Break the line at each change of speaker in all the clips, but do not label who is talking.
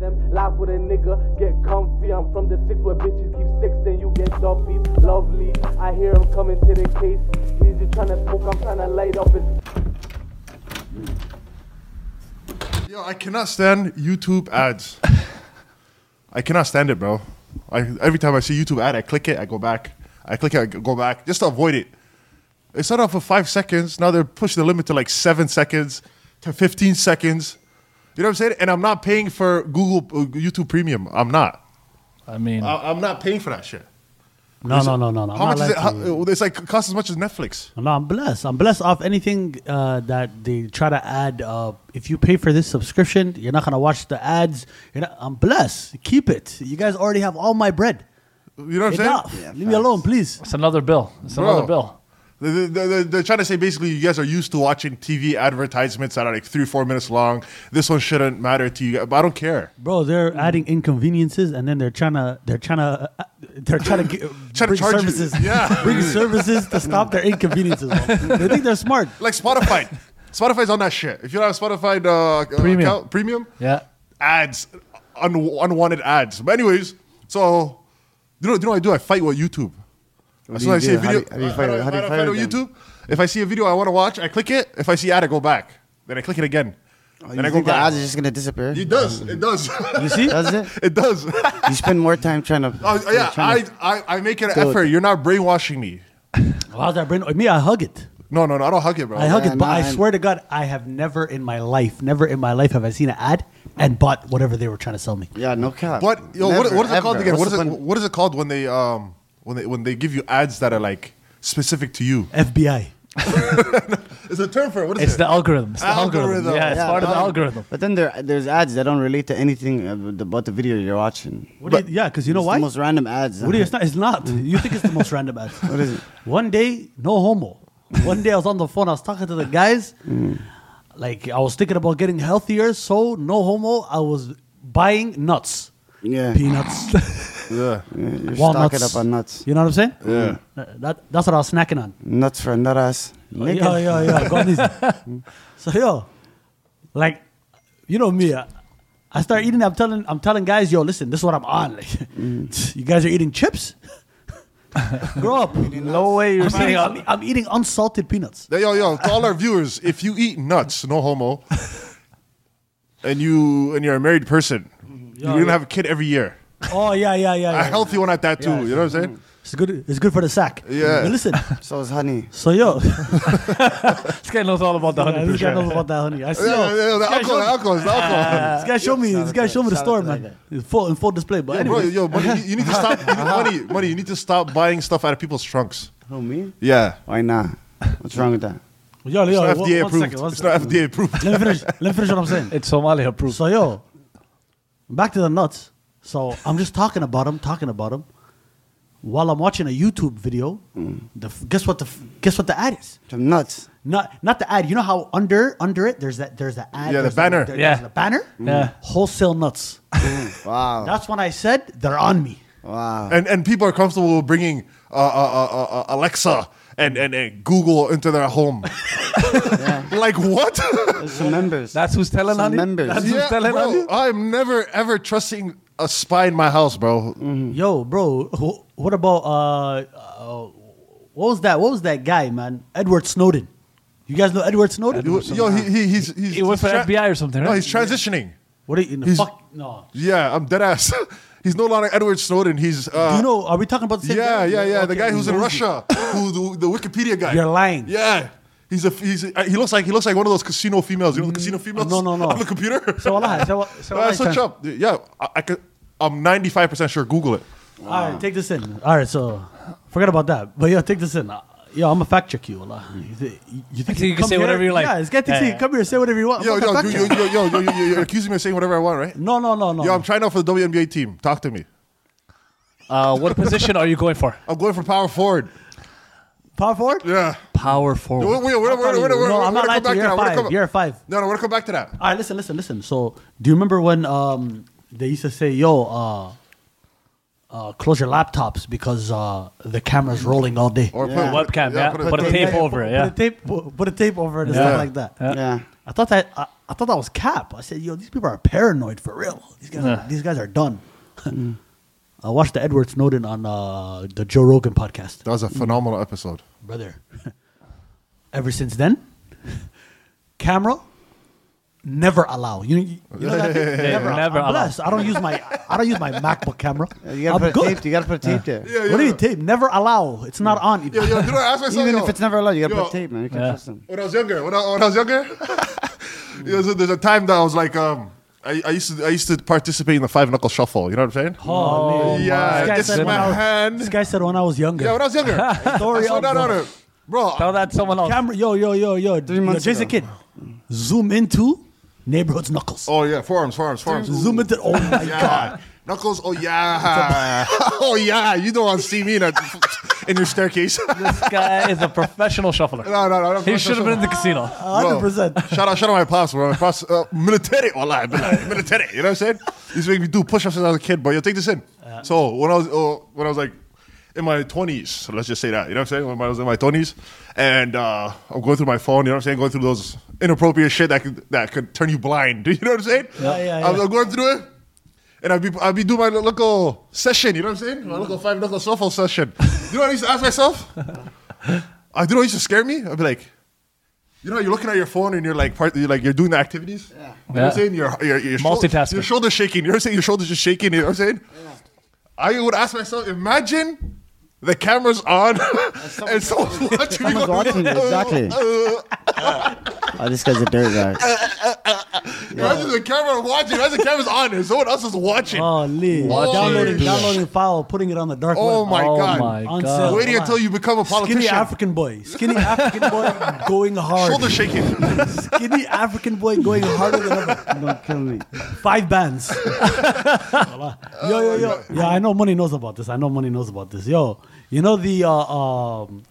them. Live with a nigga, get comfy. I'm from the six where bitches keep six, then you get dopey. Lovely, I hear him coming to the case. He's just trying to smoke, I'm trying to light up his.
Yo, I cannot stand YouTube ads. I cannot stand it, bro. I, every time I see YouTube ad, I click it, I go back. I click it, I go back, just to avoid it. It started off for five seconds. Now they're pushing the limit to like seven seconds to 15 seconds. You know what I'm saying? And I'm not paying for Google uh, YouTube Premium. I'm not.
I mean,
I, I'm not paying for that shit.
no, no, no, no, no.
How
I'm
much
not
is it?
lying
How,
to you.
uh, it's like cost as much as Netflix.
No, I'm blessed. I'm blessed off anything uh, that they try to add. Uh, if you pay for this subscription, you're not gonna watch the ads. You're not, I'm blessed. Keep it. You guys already have all my bread.
You know what I'm saying?
Enough. Leave me alone, please.
It's another bill. It's another bill.
They- they- they- They're, trying to say basically you guys are used to watching TV advertisements that are like three, four minutes long. This one shouldn't matter to you, guys, but I don't care.
Bro, they're adding inconveniences, and then they're trying to they're trying to uh, they're trying to get
Trying to
bring
charge you.
services,
Yeah.
bring services to stop their inconveniences. bro. They think they're smart.
Like Spotify. Spotify's on that shit. If you don't have Spotify uh,
Premium.
account, premium,
Yeah.
ads, un- unwanted ads. But anyways, so you know, you know what I do? I fight with YouTube. As
do
soon
you
as I see a
do? How
video,
do you- how do you
uh,
fight
I
with- how do you
I
fight with
with YouTube? If I see a video I want to watch, I click it. If I see ad, I go back. Then I click it again.
Oh,
then I
you
go
think the
back.
odds are just gonna disappear?
It does. It does.
You see? Does it?
it does.
You spend more time trying to.
Oh, yeah,
trying
I,
to-
I, I make it an
Dude.
effort. You're not brainwashing me.
How's that brain? Me, I hug it.
No, no, no. I don't hug it, bro.
I hug
Yeah,
it, but
nah,
I
I'm-
swear to God, I have never in my life, never in my life have I seen an ad and bought whatever they were trying to sell me.
yeah, no cap.
But yo, what,
Never,
what is it called
ever.
again? What
What's
is it?
the point-
What is it called when they um when they when they give you ads that are like specific to you?
FBI.
It's a term for it. What is
It's
it?
the algorithm. It's the algorithm.
Algorithm.
Yeah, it's
Yeah,
part of the
no,
algorithm.
But then there, there's ads that don't relate to anything ab- about the video you're watching.
What do you- yeah, because you know
It's
why?
The most random ads.
What do you, it's not. It's not. You think it's the most random ad. What
is it?
One day, no homo. One day I was on the phone. I was talking to the guys.
Mm.
Like I was thinking about getting healthier, so no homo. I was buying nuts,
Yeah.
peanuts,
yeah.
You're
walnuts.
stocking up on nuts.
You know what I'm saying?
Yeah.
That, that- that's what I was snacking on.
Nuts for nut ass. Nigga.
Yo, yo, yo, go on easy. So yo, like, you know me, I, I start eating. I'm telling, I'm telling guys, yo, listen, this is what I'm on. Like, you guys are eating chips. Grow up.
No way you're
I'm
saying
eating, I'm, I'm eating unsalted peanuts.
Yo, yo, to all our viewers, if you eat nuts, no homo, and you and you're a married person, you're gonna have a kid every year.
Oh yeah, yeah, yeah.
A
yeah.
healthy one at that too. You know what I'm saying?
It's good. It's good for the sack.
Yeah.
But listen,
So is honey.
so yo,
this guy knows all about the honey.
this guy
picture.
knows about that honey. I see.
Yeah, yeah,
yo,
yeah, the
guy
alcohol,
showed-
the alcohol, it's the alcohol.
This guy showed me. This guy showed me the
Shout out
store,
to that
man. Full in full display. But
Yo, bro,
anyway,
yo, money, you, you need to stop. You need, money, money, you need to stop buying stuff out of people's trunks.
Oh,
Who me?
Yeah.
Why not? What's wrong with that?
yo, yo,
It's not
one-
FDA
one
approved.
second, one
it's
second.
not FDA approved.
Let me finish. Let me finish what I'm saying.
It's Somalia approved.
So yo, back to the nuts. So I'm just talking about him, talking about him, while I'm watching a YouTube video. The f- guess what the f- guess what the ad is?
Some nuts.
Not not the ad. You know how under under it there's that there's the ad.
Yeah, the
there's
banner.
there-
Yeah. Mm.
there's the banner.
Yeah.
Wholesale nuts.
Wow.
That's when I said they're on me.
wow.
and and people are comfortable with bringing uh, uh, uh, uh, Alexa and, and and Google into their home. like what?
There's some members.
That's who's telling
Some
on you?
members.
That's who's
yeah,
telling on
bro,
you?
I'm never ever trusting a spy in my house, bro.
Mm. Yo, bro, who, what about uh, uh, what was that? What was that guy, man? Edward Snowden. You guys know Edward Snowden?
Yo, yo, he, he, he's, he's
He went for
he's
FBI or something,
No,
right?
he's transitioning.
what are you in the
he's-
fuck? No.
Yeah, I'm dead ass. he's no longer Edward Snowden. He's uh,
Do you know? Are we talking about the same
yeah,
guy?
yeah, yeah. The
Okay,
guy who's in
who-
Russia, who the, the Wikipedia guy.
You're lying.
Yeah. He's a he's a, uh, he looks like he looks like one of those casino females. You know, the casino females.
Mm, no, no, no.
On the computer.
So Allah, so, so
Uh,
Allah
switch
All
up. Yeah, I, I could. I'm 95 percent sure. Google it.
right, take this in. All right, so forget about that. But yeah, take this in. Uh, Yo, I'm gonna fact check you, Allah. You, thi- you think
So you can
come
say
here?
whatever you like.
Yeah, this guy thinks he
Yeah.
can come here, say whatever you want.
Yo,
I'm gonna
yo, yo,
fact check.
yo, yo, yo, yo, yo, you're accusing me of saying whatever I want, right?
No, no, no, no.
Yo, I'm trying out for the WNBA team. Talk to me.
Uh, what position are you going for?
I'm going for power forward.
power forward.
Yeah.
Power
Wait, wait,
forward.
wait, wait, wait, wait, wait,
no,
wait,
I'm
we're gonna
not lying
come back to
to you.
that.
You're a
We're gonna
five.
come-
You're a five.
No, no, we're gonna come back to that.
All right, listen, listen, listen. So, do you remember when um, they used to say, "Yo, uh, uh, close your laptops because uh, the camera's rolling all day."
Or
Yeah.
put-
Webcam, yeah.
put
Put a
it-
tape over it, yeah.
Put a tape, put a tape over it and
Yeah.
stuff like that.
yeah.
I thought that I, I thought that was cap. I said, yo, these people are paranoid for real. These guys,
Yeah.
are, these guys are done.
Mm.
I watched the Edward Snowden on uh, the Joe Rogan podcast,
That was a phenomenal episode.
brother. Ever since then, camera never allow. You, you know that? thing? never,
never
I'm
allow.
blessed. I don't use my I don't use my MacBook camera.
You gotta
I'm
put a
good.
tape. You gotta put a tape there.
Yeah,
What do
yeah.
you mean tape? Never allow. It's not on.
Yo, yo, do I ask myself?
Even
yo,
if it's never allowed, you gotta
yo,
put a tape, man. You can
Yeah.
trust them.
When I was younger, when I, when I was younger, yo, so there's a time that I was like, um, I, I used to I used to participate in the five knuckle shuffle. You know what I'm saying?
Oh, man.
yeah,
This guy
this
said
is
when I
my
was-
hand.
This guy said when I was younger.
yeah, when I was younger, I
Story
saw
of
that
the-
on it, bro.
Tell that to someone else.
Camera, yo, yo, yo, yo. Three
months
Jason
ago.
Kidd, zoom into neighborhoods knuckles.
Oh yeah, forearms, forearms, forearms.
Zoom into. Oh my god.
Yeah. Knuckles, oh yeah. oh yeah. You don't want to see me in, a, in your staircase. no,
This guy is a professional shuffler.
no, no.
He should have been in the casino.
Bro,
100%.
Shout out, shout out my pops, bro. My pops, uh, military, wallah, billah, military. You know what I'm saying? He's making me do push-ups as I was a kid, but you take this in. so when I was oh, when I was like in my 20s, so let's just say that. You know what I'm saying? When I was in my 20s, and uh, I'm going through my phone. You know what I'm saying? Going through those inappropriate shit that could, that could turn you blind. Do you know what I'm saying?
Yeah, yeah,
I'm,
yeah.
I'm going through it. And I'd be, I'd be doing my local session, you know what I'm saying? My local five knuckle shuffle session. You know what I used to ask myself? I do Uh, know it used to scare me. I'd be like, you know, you're looking at your phone and you're like, part, you're like, you're doing the activities. Yeah. You know what I'm
Yeah.
saying? Your, your, your shou-
Multitasking.
Your shoulder shaking. You know what I'm saying? Your shoulders just shaking. You know what I'm saying? I would ask myself, imagine the camera's on and someone's watching me.
Someone's watching you, exactly. Oh, this guy's a dirt guy.
Imagine the camera watching. Imagine the camera's on and someone else is watching.
Oh, Lee.
Watching
Downloading,
it.
downloading file, putting it on the dark
Oh
web.
my
oh
God.
my
On
god.
sale.
Waiting until you become a
Skinny
politician.
African boy. Skinny African boy going hard.
Shoulder shaking.
Skinny African boy going harder than ever.
Don't kill me.
Five bands. yo, yo, yo.
Oh,
Yeah, I know Money knows about this. I know Money knows about this. Yo, you know the uh, um,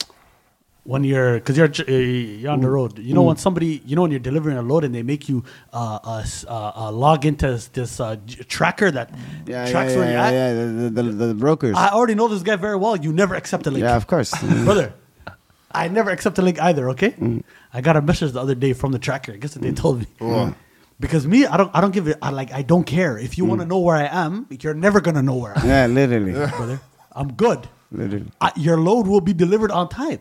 when you're because you're ch- uh, you're on the road. You know when
Mm.
somebody you know when you're delivering a load and they make you uh, uh, s- uh, uh, log into s- this uh, j- tracker that
Yeah, yeah,
tracks
yeah,
where you're at.
yeah, yeah, The, the, the, the brokers.
I already know this guy very well. You never accept a link,
yeah, of course.
brother. I never accept a link either. Okay,
Mm.
I got a message the other day from the tracker. I guess that they told me. Because me, I don't, I don't give it. I like, I don't care. If
Mm.
you want to know where I am, you're never gonna know where I am,
yeah, literally,
brother. I'm good.
literally. Mm-hmm.
I, your load will be delivered on time.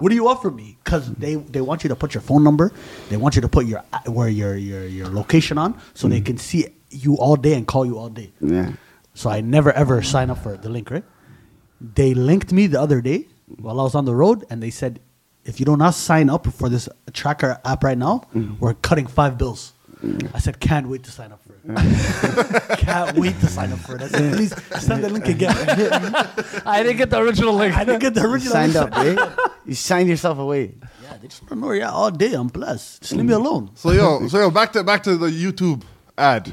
What do you offer me? Because they, they want you to put your phone number. They want you to put your where your your, your location on, so
Mm.
they can see you all day and call you all day.
Yeah.
So I never ever sign up for the link, right? They linked me the other day while I was on the road, and they said, if you do not sign up for this tracker app right now,
Mm-hmm.
we're cutting five bills. I said, can't wait to sign up for it. can't wait to sign up for it. I said, please send the link again.
I didn't get the original link.
I didn't get the original.
Signed
link.
up, eh? You signed yourself away.
Yeah, they just want to know where you're at all day. I'm blessed. Just leave me
Mm-hmm.
alone.
So yo, so yo, back to back to the YouTube ad.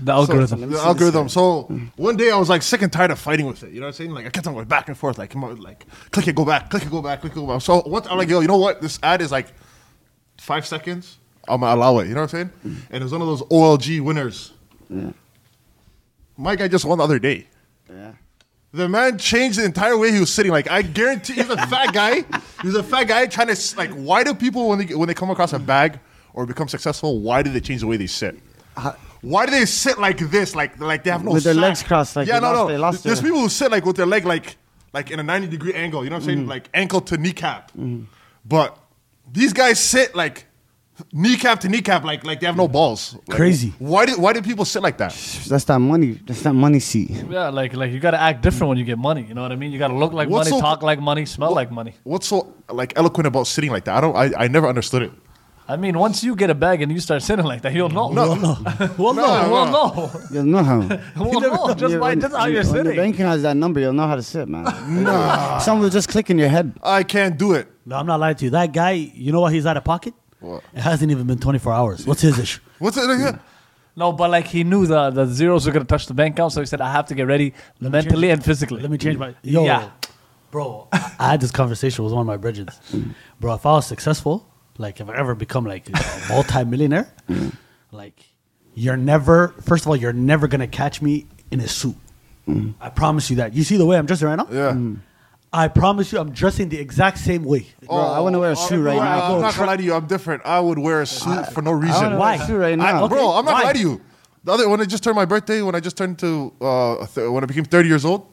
The algorithm.
So, the algorithm. So one day I was like sick and tired of fighting with it. You know what I'm saying? Like I kept on going back and forth, like come on, like click it, go back, click it, go back, click it, go back. So what I'm like, yo, you know what? This ad is like five seconds. I'm gonna allow it. You know what I'm saying? And it was one of those OLG winners. My guy just won the other day.
Yeah.
The man changed the entire way he was sitting. Like I guarantee, he's a fat guy. He's a fat guy trying to s- like. Why do people when they when they come across a bag or become successful, why do they change the way they sit? Why do they sit like this? Like like they have no
Uh, With their
slack?
legs crossed, like
yeah,
they
no,
lost-
no.
they lost
There's
their-
people who sit like with their leg like like in a 90 degree angle. You know what I'm saying?
Mm.
Like ankle to kneecap. But these guys sit like kneecap to kneecap, like like they have no balls. Like,
Crazy.
Why do why do people sit like that?
That's that money. That's that money seat.
Yeah, like like you gotta act different when you get money. You know what I mean? You gotta look like
What's so-
money, talk like money, smell like money.
What's so like eloquent about sitting like that? I don't. I, I never understood it.
I mean, once you get a bag and you start sitting like that, you'll know.
No.
Well, no,
No,
well,
no.
no,
You'll know how.
well, no. Just
Yeah,
by
when-
just how
when-
you're
when The
sitting.
bank has that number. You'll know how to sit, man. no. Someone will just click in your head.
I can't do it.
No, I'm not lying to you. That guy, you know what? He's out of pocket.
What?
It hasn't even been 24 hours. What's his issue?
What's it? Yeah.
No, but like he knew the the zeros were gonna touch the bank account, so he said, "I have to get ready mentally and physically."
Let me change my. Yo,
Yeah.
bro, I I had this conversation with one of my brethren. bro, if I was successful, like if I ever become like a multi-millionaire, like you're never. First of all, you're
Mm.
never gonna catch me in a suit. I promise you that. You see the way I'm dressing right now.
Yeah.
I promise you, I'm dressing the exact same way.
Bro, I want to wear a
Oh,
suit right
bro,
now.
I'm not gonna lie to you. I'm different. I would wear a suit for no reason.
wanna wear
Why?
a suit right
I-
now.
bro, I'm not
Why?
gonna lie to you. The other when I just turned my birthday, when I just turned to uh, th- when I became 30 years old,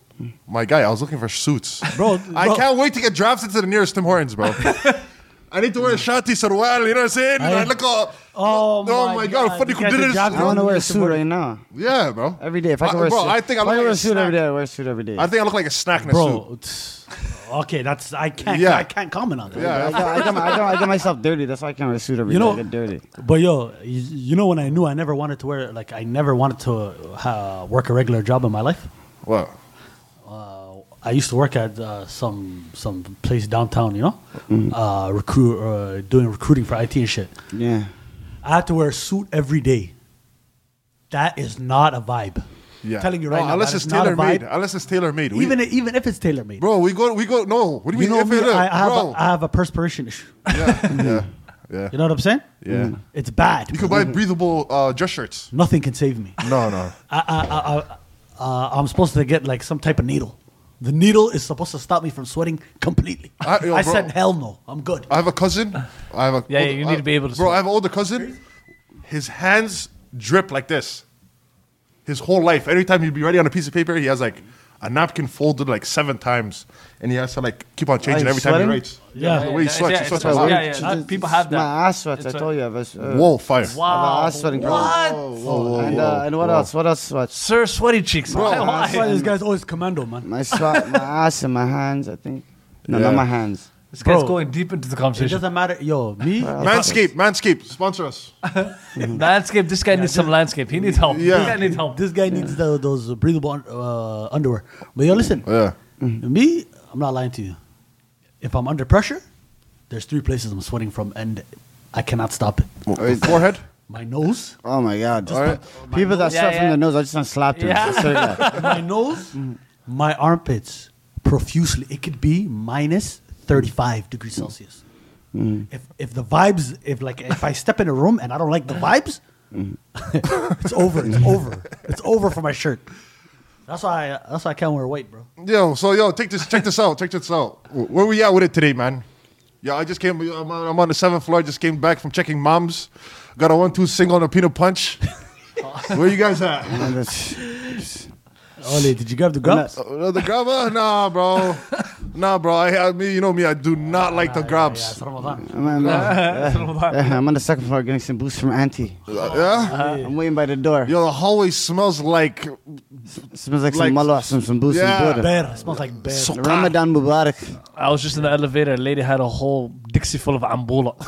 my guy, I was looking for suits,
Bro,
I
bro.
can't wait to get drafted to the nearest Tim Hortons, bro. I need to wear a shati sarwal, you know what I'm saying?
I-
I look up.
Oh my God,
funny
you guys are drafted.
I want to wear a suit
Somebody-
right now.
Yeah, bro.
Every day. If I can wear a
bro,
suit.
I think I
if Uh,
look
I can
like
wear
a
a suit every
snack.
day. I wear a suit every day.
I think I look like a snack in a suit.
Bro, it's- okay, that's I can't.
Yeah.
I can't comment on that.
Yeah,
I, got, I, got, I, got, I got myself dirty. That's why I can't wear a suit every
You
day.
know-
I get dirty.
But yo, you, you know when I knew I never wanted to wear like I never wanted to uh, work a regular job in my life.
what?
Uh, I used to work at uh, some some place downtown, you know, uh, recruit uh, doing recruiting for IT and shit.
Yeah.
I had to wear a suit every day. That is not a vibe.
Yeah.
telling you right
no,
now,
unless
that
it's
is not
tailor
a
made.
vibe.
Unless it's tailor made.
Even even if it's tailor made,
bro, we go, we go. No, what do you, mean?
you know
if
me,
it is?
I, I have
bro.
a, I have a perspiration issue.
yeah, yeah,
You
yeah,
know what I'm saying?
yeah.
It's bad.
You could buy breathable uh, dress shirts.
Nothing can save me.
No, no.
I, I, I, I, uh, I'm supposed to get like some type of needle. The needle is supposed to stop me from sweating completely. I,
I- yo, bro.
said hell no. I'm good.
I have a cousin. I have a uh,
Yeah, yeah, you need to be able to
Bro,
smoke.
I have an older cousin. His hands drip like this. His whole life. Every time he'd be writing on a piece of paper, he has like a napkin folded like seven times, and he has to like keep on changing
he's
every time
sweating?
he writes.
Yeah.
the way he
Yeah,
sweats,
yeah,
he sweats.
it's-
a lot.
yeah, yeah. uh, people have that.
My ass sweats.
It's
I
a-
told you. I was, uh,
Whoa, fire!
I have
Wow.
an ass sweating
What?
problem. and, uh, and what else? What else sweats?
Sir Sweaty Cheeks. Why-
my
why?
ass-
That's why this guy's always commando, man.
My sweat, my ass, and my hands. I think. No,
Yeah.
not my hands.
This guy's
Bro.
going deep into the
It
conversation.
doesn't matter. Yo, me.
Manscaped, Manscaped, sponsor us.
Landscape. This guy needs some landscape. He needs help.
Yeah.
This guy needs help.
This guy needs tho- those breathable un- uh, underwear. But yo, listen. Mm-hmm.
Yeah,
Me, I'm not lying to you. If I'm under pressure, there's three places I'm sweating from, and I cannot stop it.
forehead.
My nose,
Oh my god!
All right.
People that
Yeah,
sweat from
yeah.
the nose, I just want to slap them.
Yeah.
I swear to God.
my nose, my armpits, profusely. It could be minus 35 degrees Celsius. If if the vibes, if like if I step in a room and I don't like the vibes, Mm. it's over. It's over. It's over for my shirt. That's why. I, that's why I can't wear white, bro.
Yo, so yo, take this, check this out, check this out. Where we at with it today, man? Yeah, I just came. I'm on, I'm on the seventh floor. Just came back from checking moms. Got a one-two single on a peanut punch. Where you guys at?
And it's-
Ole, did you grab the grubs?
Uh, the grabba? Nah, bro. Nah, bro. I, I me, you know me. I do not like the
Yeah,
grabs.
it's Ramadan.
I'm, I'm- yeah, I'm on the second floor getting some boost from Auntie.
Uh, yeah.
I'm waiting by the door.
Yo, the hallway smells like.
smells like,
like-
some malwa, some, some boost
Yeah.
and butter.
Bear. It smells like bear.
Ramadan Mubarak.
I was just in the elevator. A lady had a whole Dixie full of ambula.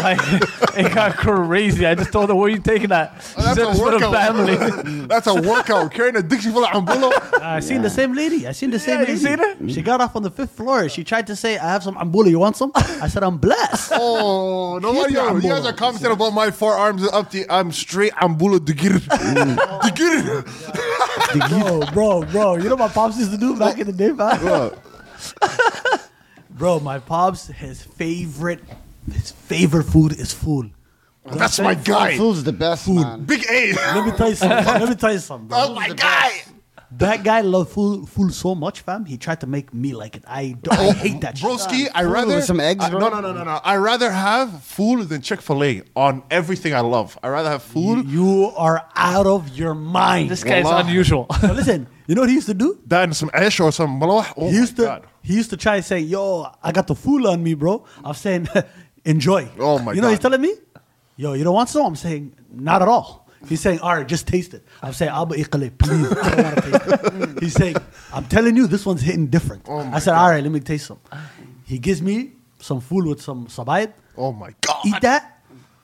like, it got crazy. I just told her, "Where you taking that?" She
That's
said,
a
"It's for the family."
workout. That's a workout. Carrying a Dixie full of ambulo.
I seen the same lady. I seen the same
you
lady.
seen her?
She got off on the fifth floor. She tried to say, "I have some ambula. You want some?" I said, "I'm blessed."
Oh, no wonder you, you guys are commenting about my forearms up the. I'm straight ambulo digir.
Mm.
digir.
bro, bro, bro. You know what my pops used to do back in the day, man? bro, my pops, his favorite, his favorite food is food.
That's my guy.
Food's the best, man.
Big A.
Let me tell you something. Let me tell you something. Bro.
That's Oh my guy.
That guy loved food, food so much, fam. He tried to make me like it. I, do- I hate that shit.
Oh, Broski, I
Fool
rather
with some eggs,
I- no,
bro.
no, no, no, no. I rather have food than Chick Fil A on everything I love. I rather have
You,
food
you are out of your mind.
This guy's
Wallah.
unusual.
Now listen, you know what he used to do?
than some ash or some malawah. Oh
He used
my
to
god.
he used to try to say, "Yo, I got the fool on me, bro." I'm saying, "Enjoy."
Oh my
You know
God.
he's telling me, "Yo, you don't want some?" I'm saying, "Not at all." He's saying, "All right, just taste it." I'm saying, "Abu Iqali, please." I don't want to taste it. He's saying, "I'm telling you, this one's hitting different."
Oh
I said, "All right, let me taste some." He gives me some fool with some sabayat.
Oh my god.
Eat that.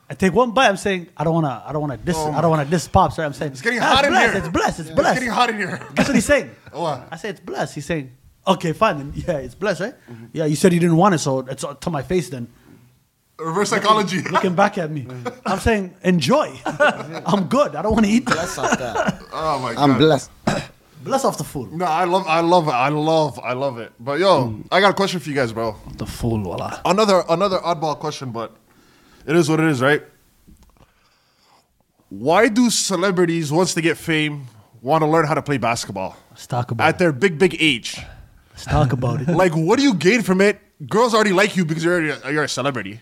I take one bite. I'm saying, "I don't wanna, I don't wanna diss, I don't wanna diss pops." Right? I'm saying, "It's
Oh getting hot in
blessed,
here.
Ah, It's blessed. It's
It's
blessed."
getting hot in here.
That's what he's saying.
What?
I said it's blessed. He's saying, okay, fine. Then. Yeah, it's blessed, right? Yeah, you said you didn't want it, so it's to my face then.
Reverse psychology.
Looking back at me, I'm saying, enjoy. I'm good. I don't want to eat. Bless,
Oh my god.
I'm blessed.
bless off the food.
No, I love, I love it. I love, I love it. But yo, I got a question for you guys, bro.
the fool, wallah.
Another, another oddball question, but it is what it is, right? Why do celebrities, once they get fame, want to learn how to play basketball
Let's talk about
at
it.
their big, big age?
Let's talk about it.
Like, what do you gain from it? Girls already like you because you're already, you're a celebrity.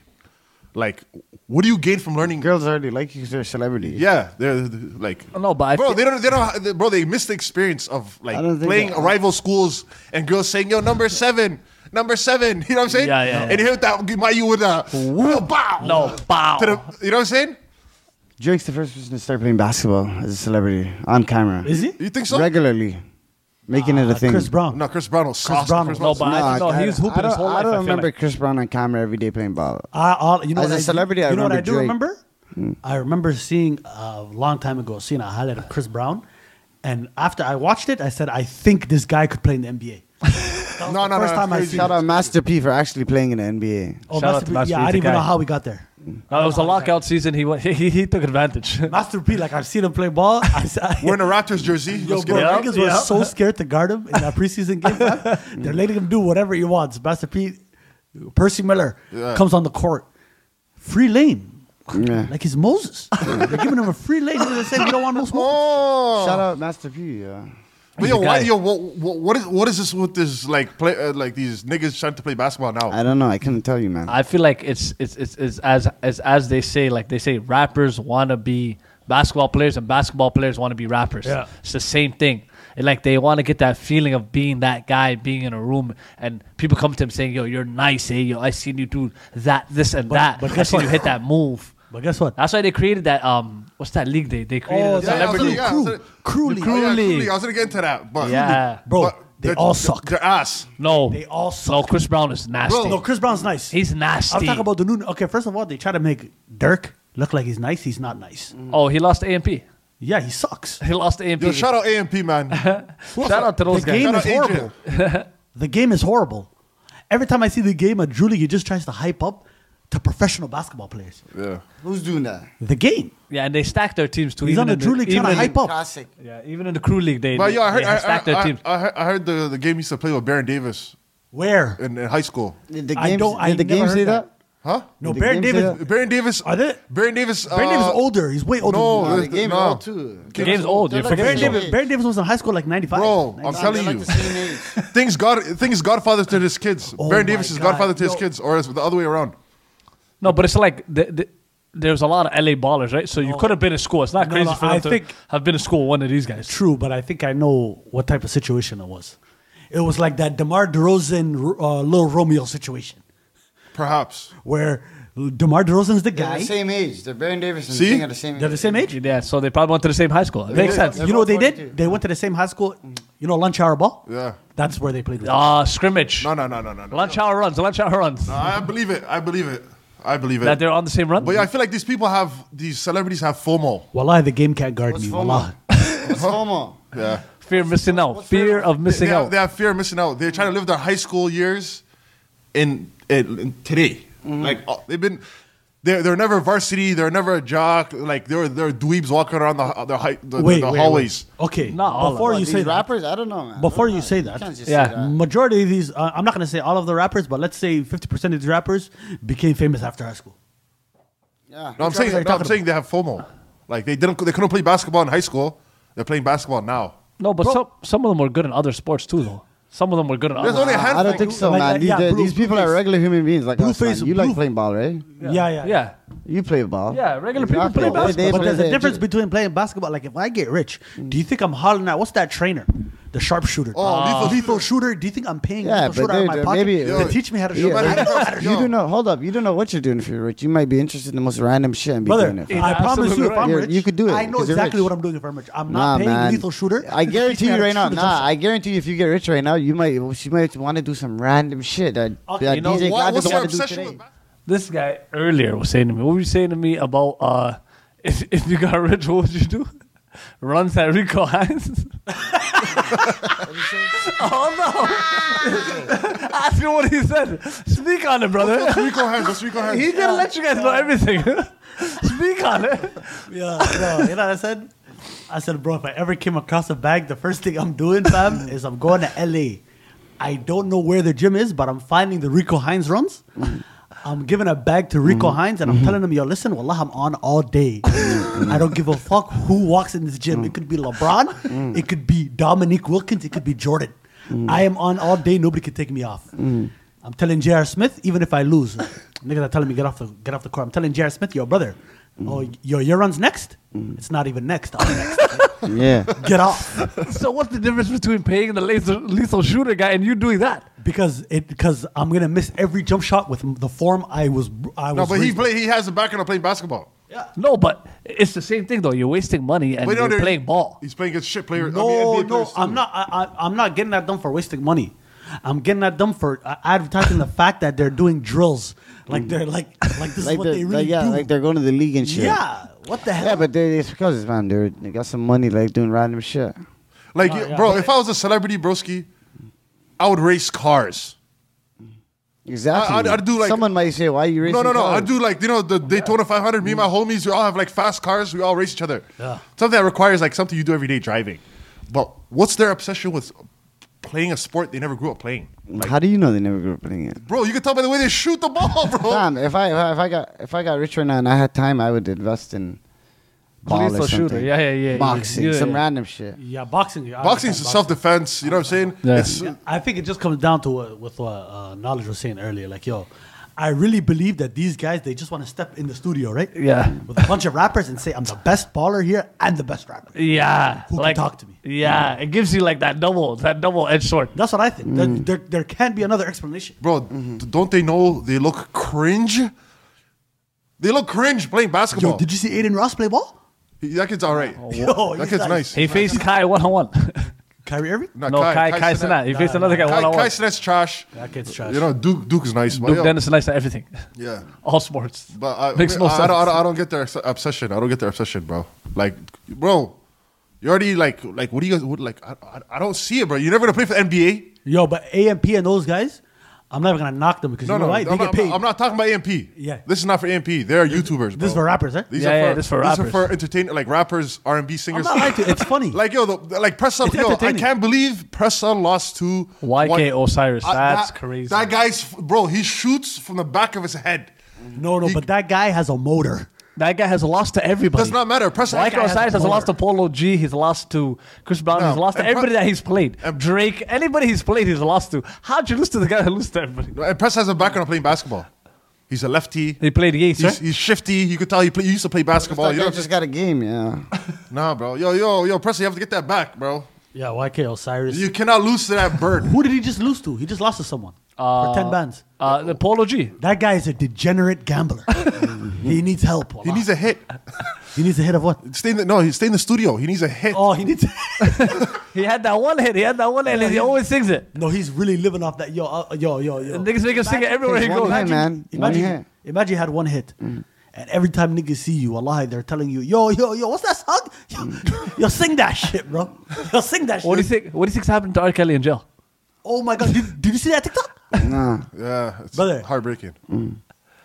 Like, what do you gain from learning?
Girls already like you because you're a celebrity.
Yeah, they're, they're, like
Oh, No, but I
bro,
feel-
they don't, they don't, they- bro, they miss the experience of like
I don't think
playing
they-
rival schools and girls saying, "Yo, number seven, number seven. You know what I'm saying?
Yeah, yeah,
And
yeah.
you hear that my you with a bow.
No, bow.
To the, you know what I'm saying?
Drake's the first person to start playing basketball as a celebrity on camera.
Is he?
You think so?
Regularly. Making it a thing.
Chris Brown.
no, Chris Brown was soft.
Brown
Chris
was-
no, but I,
Nah,
no,
Ah, I-
he was hooping
I don't,
his whole
I
life.
don't
I feel
remember
like.
Chris Brown on camera every day playing ball.
I, all, you know
As
what
a
I do-
celebrity, I
you know what I
remember
do
Drake.
remember? I remember seeing uh, a long time ago, seeing a highlight of Chris Brown, and after I watched it, I said, I think this guy could play in the NBA. That was
No, no,
the
no,
first
no,
time I
crazy.
seen.
Shout
it.
out Master P for actually playing in the NBA.
Oh,
Shout out
Master
to
P.
Master
yeah,
P,
I
the
didn't even
guy.
know how we got there.
No, it was a lockout season. He went. He, he took advantage.
Master P, like I've seen him play ball. I, s- I-
We're in a Raptors jersey.
Yo,
Let's get
bro,
it.
Yep,
niggas were
yep.
so scared Mm. to guard him in that preseason game. fam. They're letting him do whatever he wants. Master P, Percy Miller
Yeah.
comes on the court, free lane,
Yeah.
like he's Moses. They're giving him a free lane. They said you don't want no smoke.
Oh,
Shout out Master P. Yeah.
But yo,
the
why,
guy.
yo, what, what, what is what is this with this like play uh, like these niggas trying to play basketball now?
I don't know. I couldn't tell you, man.
I feel like it's it's it's, it's as as as they say, like they say, rappers want to be basketball players and basketball players want to be rappers.
Yeah.
it's the same thing. And like they want to get that feeling of being that guy, being in a room, and people come to him saying, "Yo, you're nice, eh? Yo, I seen you do that, this, and
But-
that.
but
I
guess
seen
what?
you hit that move."
But guess what?
That's why they created that. Um, what's that league? They they created
Oh,
a
yeah, yeah, I was
celebrity.
yeah, I was gonna-
Cruelly.
Oh, yeah,
Cruelly.
Cruelly. I was gonna get into that, but
Yeah.
Bro,
but
they
their-
all suck.
Their ass.
No,
They all
No,
suck.
Chris Brown is nasty.
No, Chris Brown's nice.
He's nasty.
I'm talking about the new. Okay, first of all, they try to make Dirk look like he's nice. He's not nice.
Oh, he lost AMP. He
Yeah, he sucks.
lost AMP.
Yo, shout out AMP man.
Shout out to those
the
guys.
game
Shout
is
out Adrian.
horrible. the game is horrible. Every time I see the game, at Julie, he just tries to hype up to professional basketball players.
yeah.
Who's doing that?
The game.
Yeah, and they stack their teams too.
He's
even
on the
in
Drew League trying
even
to
in-
hype up.
Classic.
Yeah, even in the crew league, they,
But yo, I
they
heard I,
stack
I,
their
I-
teams.
I heard, I heard the, the game used to play with Baron Davis
Where?
in, in high school.
Did the
I
game,
don't- I
did the
never
game
heard
say
that.
that?
Huh?
No,
The
Baron
games
Davis.
that-
Baron Davis.
Are they-
Baron Davis.
Baron Davis
uh,
is older. He's way older.
No,
than
the
me.
this-
game is
nah.
old, too.
The game's old. You're
They're like
forgetting
Baron
about
uh, Baron
Davis,
it.
Baron Davis was in high school like '95.
Bro, I'm telling you, things God, things Godfather to his kids.
Oh
Baron
my
Davis is
God,
Godfather to his
yo.
kids, or it's the other way around.
No, but it's like the, the, there's a lot of LA ballers, right? So you could have been in school. It's not
No,
crazy
no,
for them
I
to
think-
have been in school with one of these guys.
True, but I think I know what type of situation it was. It was like that DeMar DeRozan, uh, Little Romeo situation,
Perhaps.
where DeMar DeRozan's the guy.
age. They're Baron Davis and
See?
Sting are the same
They're the same age.
Yeah, so they probably went to the same high school. It makes sense.
You know what they did?
42.
They went to the same high school. You know, lunch hour ball.
Yeah.
That's where they played. with.
Ah, scrimmage.
No, no, no, no, no. no.
Lunch hour runs. Lunch hour runs.
I I believe it. I believe it. I believe
That
it.
they're on the same run.
But yeah, I feel like these people have these celebrities have FOMO.
Wallahi, the game can't guard
What's
me.
FOMO?
Wallahi.
What's homo?
Yeah.
Fear of missing out. Fear of
They,
missing
they have,
out.
they have fear of missing out. They're trying to live their high school years in, in, in today. Like uh, they've been, they're, they're never varsity. They're never a jock. Like they're they're dweebs walking around the uh, the, hi- the,
Wait,
the,
wait, Oh, wait.
hallways.
Okay,
Not all of
before
them.
you
These
say that,
rappers? I don't know, man.
Before
I don't
you
know.
say
You
that.
can't just
Yeah.
say that.
majority of these, uh, I'm not gonna say all of the rappers, but let's say 50% of these rappers became famous after high school.
Yeah.
No, I'm saying
rappers are you
no, I'm
talking
saying they have FOMO. Like they didn't they couldn't play basketball in high school. They're playing basketball now.
No, but some some of them were good in other sports too, though. Some of them were good in
There's
other.
only a
I- Uh, I
handful.
don't think so,
Like,
man.
like,
these
yeah,
the-
blue-
these people are regular human beings like us,
Blueface-
man. You like
blue-
playing ball, right?
Yeah, yeah.
Yeah,
You play ball.
yeah. Regular people
Exactly.
play
They- they
basketball.
But
play
there's a
that
difference
too.
between playing basketball. Like if I get rich, do you think I'm hollering at what's that trainer, the sharpshooter,
Oh, lethal
lethal,
shooter.
shooter? Do you think I'm paying
Yeah,
lethal shooter
but
out of
they-
my
they-
pocket
maybe-
to
Yo,
teach me how to
you
shoot?
better-
I know how to
Yo.
You do know. Hold up. You don't know what you're doing if you're rich. You might be interested in the most random shit and be
Brother,
doing it.
Yeah,
I promise you, if
absolutely
I'm
right.
rich,
You could do it,
I know
'cause you're
exactly
rich.
what I'm doing if I'm rich. I'm
Nah,
not paying
man.
lethal shooter.
I
to teach me
guarantee
how
you
to
right now.
shoot a jump
Nah,
shot.
I guarantee you if you get rich right now, you might she might want to do some random shit that,
Okay,
that
you know,
DJ
Why,
Khaled
what's
doesn't
your
want to do
obsession
today.
with basketball?
this guy earlier was saying to me, what were you saying to me about uh, if, if you got rich, what would you do? Run that Rico Hines? oh no! Ask him what he said. Speak on it, brother.
Rico hands. What's Rico hands?
He's gonna let you guys know everything. Speak on it.
Yeah, bro, you know what I said? I said, bro, if I ever came across a bag, the first thing I'm doing, fam, is I'm going to LA. I don't know where the gym is, but I'm finding the Rico Hines runs. I'm giving a bag to Rico Hines and I'm telling him, yo, listen, wallah, I'm on all day. I don't give a fuck who walks in this gym. It could be LeBron, it could be Dominique Wilkins, it could be Jordan. I am on all day. Nobody can take me off. I'm telling J.R. Smith, even if I lose, niggas are telling me get off the get off the court. I'm telling J.R. Smith, yo brother,
Mm.
oh yo your run's next. It's not even next. I'm next.
Yeah.
get off.
So what's the difference between paying the lethal, lethal shooter guy and you doing that?
Because it because I'm gonna miss every jump shot with the form I was I was.
No, but he
raised with.
play. He has a background of playing basketball.
No, but it's the same thing though. You're wasting money and
But no,
you're
they're-
playing ball.
He's playing against shit players. I mean,
No,
NBA
no,
players
I'm
too.
not. I, I, I'm not getting that done for wasting money. I'm getting that done for uh, advertising the fact that they're doing drills, like they're like like this is
Mm. Like
what
they're,
they really
like, yeah,
do.
like they're going to the league and shit.
yeah, what the hell?
Yeah, but they, it's because it's man, they're, they got some money like doing random shit.
Like, bro, if I was a celebrity, broski, I would race cars.
Exactly.
I- I'd do, like-
someone might say, "Why are you racing?"
No, no, no. I
cars?"
do like you know the Daytona 500. Me and my homies, we all have like fast cars. We all race each other. Something that requires like something you do every day driving. But what's their obsession with playing a sport they never grew up playing?
How do you know they never grew up playing it?
Bro, you can tell by the way they shoot the ball, bro.
Damn, if I if I- if I got if I got rich right now and I had time, I would invest in ball
Lethal
or
shooter.
something.
Yeah, yeah, yeah, yeah.
Boxing,
Yeah,
some
yeah.
random shit.
yeah, boxing. I
Boxing's
understand
self defense. You know what I'm saying?
Yeah.
It's,
Yeah, I think it just comes down to what, with what uh, knowledge was saying earlier. Like, yo, I really believe that these guys they just want to step in the studio, right?
Yeah.
with a bunch of rappers and say, "I'm the best baller here and the best rapper."
Yeah,
Who can
like,
talk to me?
Yeah, it gives you like that double, that double edged sword.
That's what I think. There,
Mm.
there, there can't be another explanation.
bro, d- don't they know they look cringe? They look cringe playing basketball.
Yo, did you see Aiden Ross play ball?
that kid's all right.
Yo,
that
he's
kid's nice.
He faced Kai one on one.
Kyrie Irving.
No, Kai Kai Sinat. He faced another guy
Kai,
one on
Kai
one.
Sinat's trash.
That kid's trash.
You know, Duke Duke is nice. but
Duke
yo,
Dennis likes everything,
Yeah.
all sports.
But I,
Makes no
I, I, don't, I,
sense.
don't, I don't get their obs- obsession. I don't get their obsession, bro. Like, bro, you already like like what do you guys what, like? I, I, I don't see it, bro. You're never gonna play for the NBA.
Yo, but AMP and those guys, I'm never gonna knock them because
No,
you know
no,
why?
I'm,
They
not,
get paid.
I'm not talking about AMP.
Yeah.
this is not for AMP. They're YouTubers. Bro.
this is for rappers, eh?
These
Yeah,
are
yeah,
for,
this is for
These are for entertainment, like rappers, R and B
I'm
singers.
not lying to you. It's funny.
Like yo, the, like Press Up,
It's
yo, I
entertaining.
can't believe Press Up lost to
YK Osiris.
I-
That's
that-
crazy.
That guy's bro, he shoots from the back of his head.
no, no,
He-
but that guy has a motor.
That guy has lost to everybody.
Does not matter. Press
Mike
That guy has
Osiris has
power.
lost to Polo G. He's lost to Chris Brown.
No,
He's lost to
and Pro-
everybody that he's played.
and-
Drake, anybody he's played, he's lost to. How'd you lose to the guy who loses to everybody?
And Press has a background of playing basketball. He's a lefty.
They played Yates,
He's,
right?
he's shifty. You could tell he, play, he used to play basketball.
Well,
You know,
you
just
just got a game, yeah.
nah, bro. Yo, yo, yo, Preston, you have to get that back, bro.
Yeah, YK Osiris.
You cannot lose to that bird.
Who did he just lose to? He just lost to someone for ten bands.
Uh, the Polo G.
That guy is a degenerate gambler. he needs help.
He needs a hit.
he needs a hit of what?
Stay in the, no, he stay in the studio. He needs a hit.
Oh, he needs.
He had that one hit. He had that one hit. and he always sings it.
no, he's really living off that. Yo, uh, yo, yo, yo.
Niggas make him sing it everywhere he
Takes one
goes.
hit, man. One
Imagine,
hit.
imagine you had one hit, and every time niggas see you, Allah, they're telling you, yo, yo, yo, what's that song?
Mm.
Yo, yo sing that shit, bro. Yo, sing that
What do
shit.
you think? What do you think's happened to R. Kelly in jail?
oh my god, did, did you see that TikTok?
Nah.
Yeah, it's
Brother.
heartbreaking.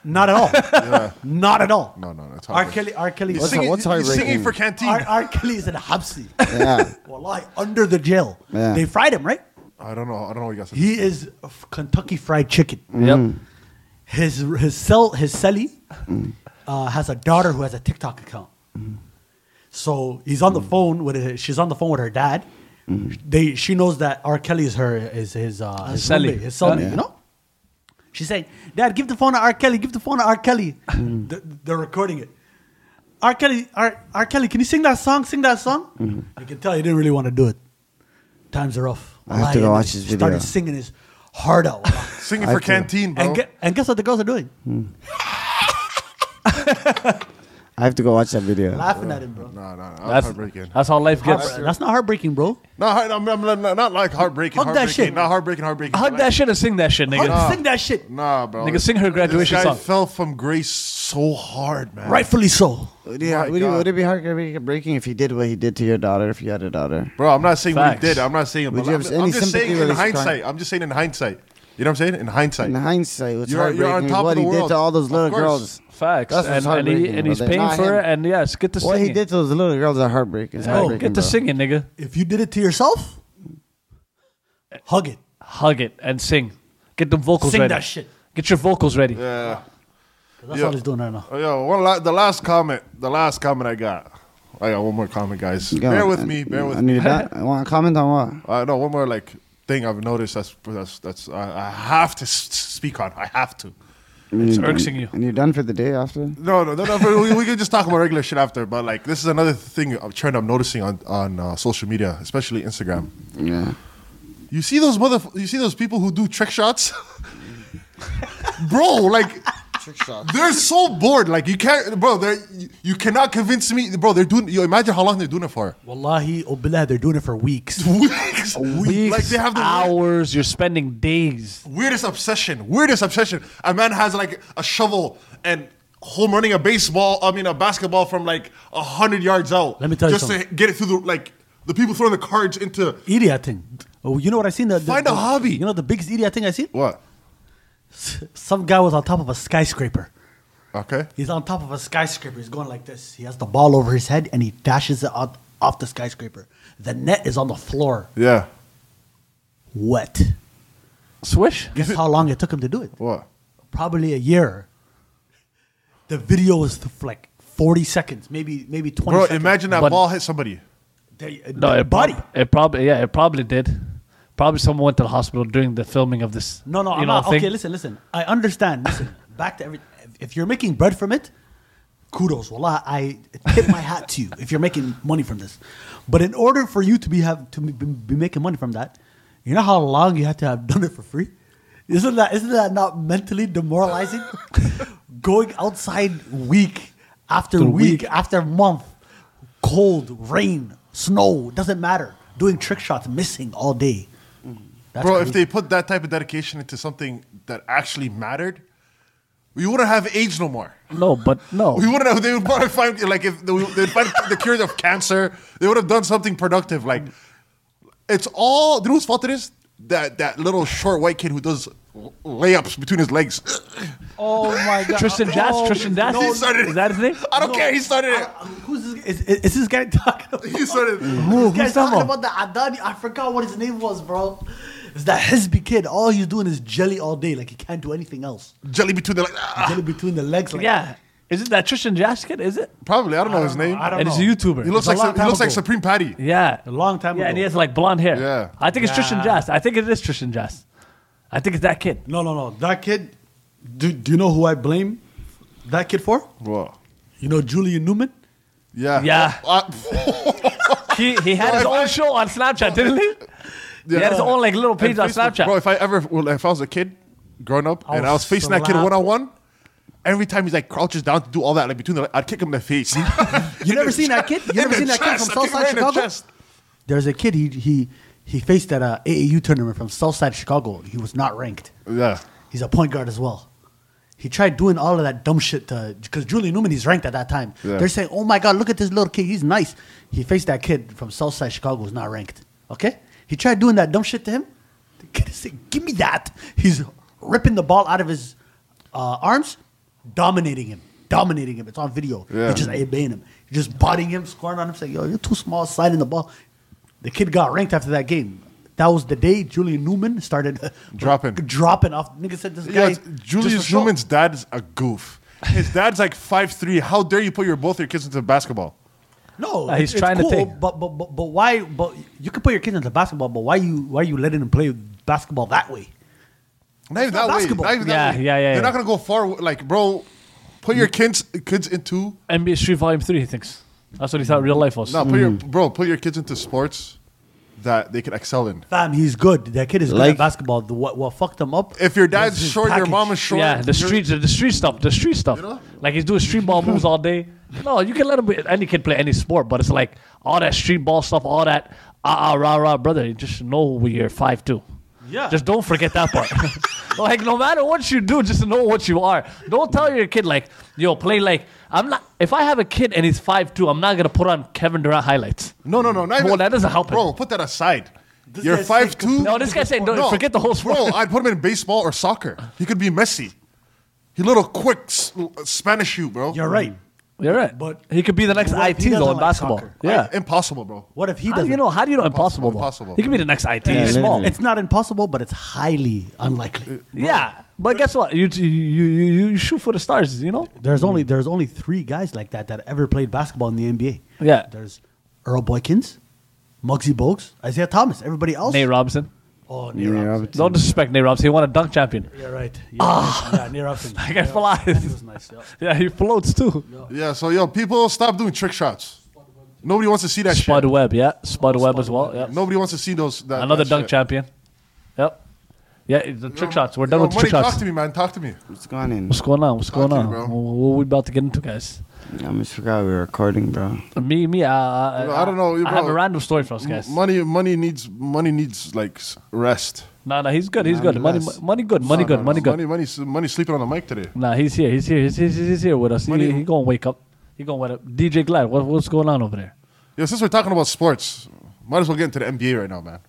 Not at all. Not at all.
No, no, no, it's
R.
heartbreaking.
Kelly, R. Kelly,
He's singing,
what's
he's singing
heartbreaking?
for Canteen.
R.
I
R. Kelly is in Habsi.
Yeah.
Wallahi, under the jail.
Yeah.
They fried him, right?
I don't know. I don't know what you guys said.
He is f- Kentucky Fried Chicken.
Yep.
his his cell his celly
Mm.
uh, has a daughter who has a TikTok account. So he's on the
Mm.
phone with his, she's on the phone with her dad. They she knows that R. Kelly is her is his uh, his
celly.
roommate, his cellmate,
Yeah.
you know. She's saying, "Dad, give the phone to R. Kelly. Give the phone to R. Kelly."
Mm.
Th- They're recording it. R. Kelly, R. R. Kelly, can you sing that song? Sing that song.
Mm-hmm.
You can tell he didn't really want to do it. Times are rough.
I have to go
Wallahi,
watch
he
this video.
Started singing his heart out,
Singing
I
for
do.
Canteen, bro.
and, gue- and guess what the girls are doing?
I have to go watch that video.
Laughing at him, bro.
no, no, no. That's
That's,
heartbreaking.
that's how life gets.
Heartbreak- That's not heartbreaking, bro.
No, I- I'm, I'm not, not like heartbreaking.
Hug that
heartbreaking.
shit.
Not heartbreaking, heartbreaking.
Hug that shit and sing that shit, nigga.
Sing that shit.
Nah, bro.
Nigga, sing her graduation
this guy
song.
fell from grace so hard, man.
Rightfully so.
Would, you,
my
would, you,
God.
would it be heartbreaking if he did what he did to your daughter if you had a daughter?
Bro, I'm not saying
Facts.
what he did. I'm not saying.
Would
but
you
I'm,
have
I'm
any
just
sympathy
saying
with
in
his crime?
hindsight. I'm just saying in hindsight. You know what I'm saying? In hindsight.
In hindsight, it's
You're- you're on
heartbreaking
top of
what
the
he did
world.
to all those
Of
little
course.
girls.
Facts.
That's
And,
what's
and, he,
heartbreaking,
and he's
brother.
paying
Not
for it.
him.
And yes, get to singing.
What he did to those little girls are heartbreaking. It's
Oh,
heartbreaking,
get to
bro.
singing, nigga.
If you did it to yourself, hug it.
Hug it and sing. Get them vocals
Sing
ready.
that shit.
Get your vocals ready.
Yeah.
That's
Yeah.
all he's doing right now.
Oh, yo, one la- the last comment. The last comment I got. I got one more comment, guys.
Go
bear
on,
with
man.
me. Bear with
I
me.
need that. I want to comment on what?
Uh, no, one more like thing I've noticed that's that's that's uh, I have to s- s- speak on. I have to.
It's irksing you.
And you're done for the day after?
No, no, no, no but we, we can just talk about regular shit after. But like, this is another thing a trend I'm noticing on on uh, social media, especially Instagram.
Yeah.
You see those mother, you see those people who do trick shots, bro. Like
Trick shot.
they're so bored. Like you can't, bro. They you, you cannot convince me, bro. They're doing. You imagine how long they're doing it for?
Wallahi, obillah, they're doing it for weeks.
Weeks.
Weeks,
Like they have the
hours. You're spending days.
weirdest obsession. Weirdest obsession. A man has like a shovel and home running a baseball. I mean a basketball from like a hundred yards out.
Let me tell you
just to
something.
get it through the like the people throwing the cards into
Idiot thing. Oh, you know what I seen? The, the-
Find a
the-
hobby.
You know the biggest idiot thing I seen?
what?
Some guy was on top of a skyscraper.
Okay.
He's on top of a skyscraper. He's going like this. He has the ball over his head and he dashes it out off the skyscraper. The net is on the floor,
Yeah.
wet.
Swish.
Guess how long it took him to do it?
What?
Probably a year. The video was th- like 40 seconds, maybe maybe 20
Bro,
seconds.
imagine that
But-
ball hit somebody.
They- uh,
No,
the
it
body.
prob- it probably yeah, it probably did. Probably someone went to the hospital during the filming of this.
No, no,
you
I'm
know,
not.
thing.
Okay, listen, listen. I understand. Listen, back to every. If you're making bread from it, kudos. Wallah, I tip my hat to you if you're making money from this. But in order for you to be have to be, be making money from that, you know how long you have to have done it for free. Isn't that isn't that not mentally demoralizing? Going outside week after week, after month, cold, rain, snow, doesn't matter. Doing trick shots, missing all day. That's
Bro,
crazy.
if they put that type of dedication into something that actually mattered, we wouldn't have AIDS no more.
No, but no.
We wouldn't have. They would probably find like if they would they'd find the cure of cancer. They would have done something productive. Like it's all. You know whose fault it is? That that little short white kid who does l- layups between his legs.
Oh my god.
Tristan Jazz,
Oh,
Tristan Jazz.
he
is,
started it.
is that his name?
I don't care. He started it.
Who's this, is, is, is this guy talking about?
He started. it.
This
Who's
guy's
that
talking
one?
about the Adani. I forgot what his name was, bro. It's that Hizbi kid. All he's doing is jelly all day. Like he can't do anything else.
Jelly between the legs. Ah,
Jelly between the legs. Like,
Yeah. Is it that Tristan Jazz kid? Is it?
probably. I don't know his name.
I don't
And
know.
he's a YouTuber.
He looks
It's a
like
long
some- he
time
looks like
ago.
Supreme Patty.
Yeah.
A long time
Yeah, and
ago.
he has like blonde hair.
Yeah.
I think it's Tristan
Yeah.
Jazz. I think it is Tristan Jazz. I think it's that kid.
No, no, no. That kid. Do, do you know who I blame that kid for?
Whoa.
You know Julian Newman.
Yeah.
Yeah.
Ah,
He he had his own show on Snapchat, didn't he? He had his own like little page
And
on
Facebook-
Snapchat.
Bro, if I ever, well, if I was a kid, growing up,
I'll
and I was facing that kid
slap-
one on one, every time he's like crouches down to do all that, like between the, I'd kick him in the face. you
never seen that kid? You never seen that kid from Southside Chicago? There's a kid. He he he faced at a AAU tournament from Southside Chicago. He was not ranked.
Yeah.
He's a point guard as well. He tried doing all of that dumb shit to because Julian Newman he's ranked at that time.
Yeah.
They're saying, "Oh my God, look at this little kid. He's nice." He faced that kid from Southside Chicago who's not ranked. Okay, he tried doing that dumb shit to him. The kid is saying, "Give me that." He's ripping the ball out of his uh, arms, dominating him, dominating him. It's on video.
Yeah.
He's just obeying him. He's just bodying him, scoring on him, saying, "Yo, you're too small, sliding the ball." The kid got ranked after that game. That was the day Julian Newman started
Dropping.
dropping off. Nigga said this
Yeah,
guy.
it's- Julius Newman's dad is a goof. His dad's like five three. How dare you put your both your kids into basketball?
No,
Uh, he's
it's
trying to
cool,
take-
But, but but but why? But you can put your kids into basketball, but why you why you letting them play basketball that way?
Not even
not
that way.
basketball.
Not even that
Yeah,
way.
yeah, yeah,
They're
yeah.
not gonna go far. Like, bro, put your kids kids into
NBA Street Volume Three, he thinks. That's what he thought real life was.
no. Put your bro. Put your kids into sports that they can excel in.
Fam, he's good. That kid is good
Like-
at basketball. The, what what fucked him up?
If your dad's
his
short, your
package.
mom is short.
yeah, the
you're-
streets, the street stuff, the street stuff. Like he's doing street ball moves all day. No, you can let him. Be, any kid play any sport, but it's like all that street ball stuff, all that ah ah rah rah, brother. You just know we you're five two.
Yeah.
Just don't forget that part. like no matter what you do, just know what you are. Don't tell your kid like, yo, play like I'm not. If I have a kid and he's five two, I'm not gonna put on Kevin Durant highlights.
No, no, no. Not
Bro,
even,
that doesn't help him.
Bro, put that aside. You're
guy's
five two.
No, this guy said don't forget the whole sport.
Bro, I'd put him in baseball or soccer. He could be Messi. He little quick s- uh, Spanish shoot, bro.
You're right.
You're right.
But-
he could be the next
What if
IT
he
though
doesn't
in
like
basketball.
soccer?
Yeah.
Impossible, bro.
What if he
How do
doesn't?
you know? How do you know impossible?
Impossible,
though?
impossible.
He could be the next IT.
Yeah,
He's small.
literally.
It's not impossible, but it's highly
Uh,
unlikely.
Yeah, but guess what? You you you you- you shoot for the stars, you know.
There's only there's only three guys like that that ever played basketball in the NBA.
Yeah.
There's Earl Boykins, Muggsy Bogues, Isaiah Thomas. Everybody else,
Nate Robinson.
Oh, Neil
Nate
Robinson.
Robinson.
Don't disrespect Nate Robinson. He won a dunk champion.
You're right. You're right. Yeah, Neil Robinson.
guy
Neil Robinson.
flies.
He was nice, yeah.
Yeah, he floats too.
Yeah, so yo, people stop doing trick shots. Nobody wants to see that
Spud
shit.
Webb, yeah. Spud Webb as well. Yeah.
Nobody wants to see those. That,
Another
that
dunk
shit.
champion. Yep. Yeah, the trick shots. We're done
Yo,
with the
Money,
trick
talk
shots.
to me, man. Talk to me.
What's going on?
What's going on? What's going
Talk to
on?
me, bro.
What are we about to get into, guys?
I almost forgot we were recording, bro.
Me, me. I,
Yo, I don't know,
I have
bro.
a random story for us, guys.
Money, money needs money needs like s- rest.
Nah, nah, he's good. He's good. Money,
Nonetheless.
money, good. Money,
No,
good.
no, no.
money, good.
Money, money, money. Sleeping on the mic today.
Nah, he's here. He's here. He's, he's, he's here with us.
Money-
He, he gonna wake up. He gonna wake up. DJ Glad, what, what's going on over there?
Yo, since we're talking about sports, might as well get into the NBA right now, man.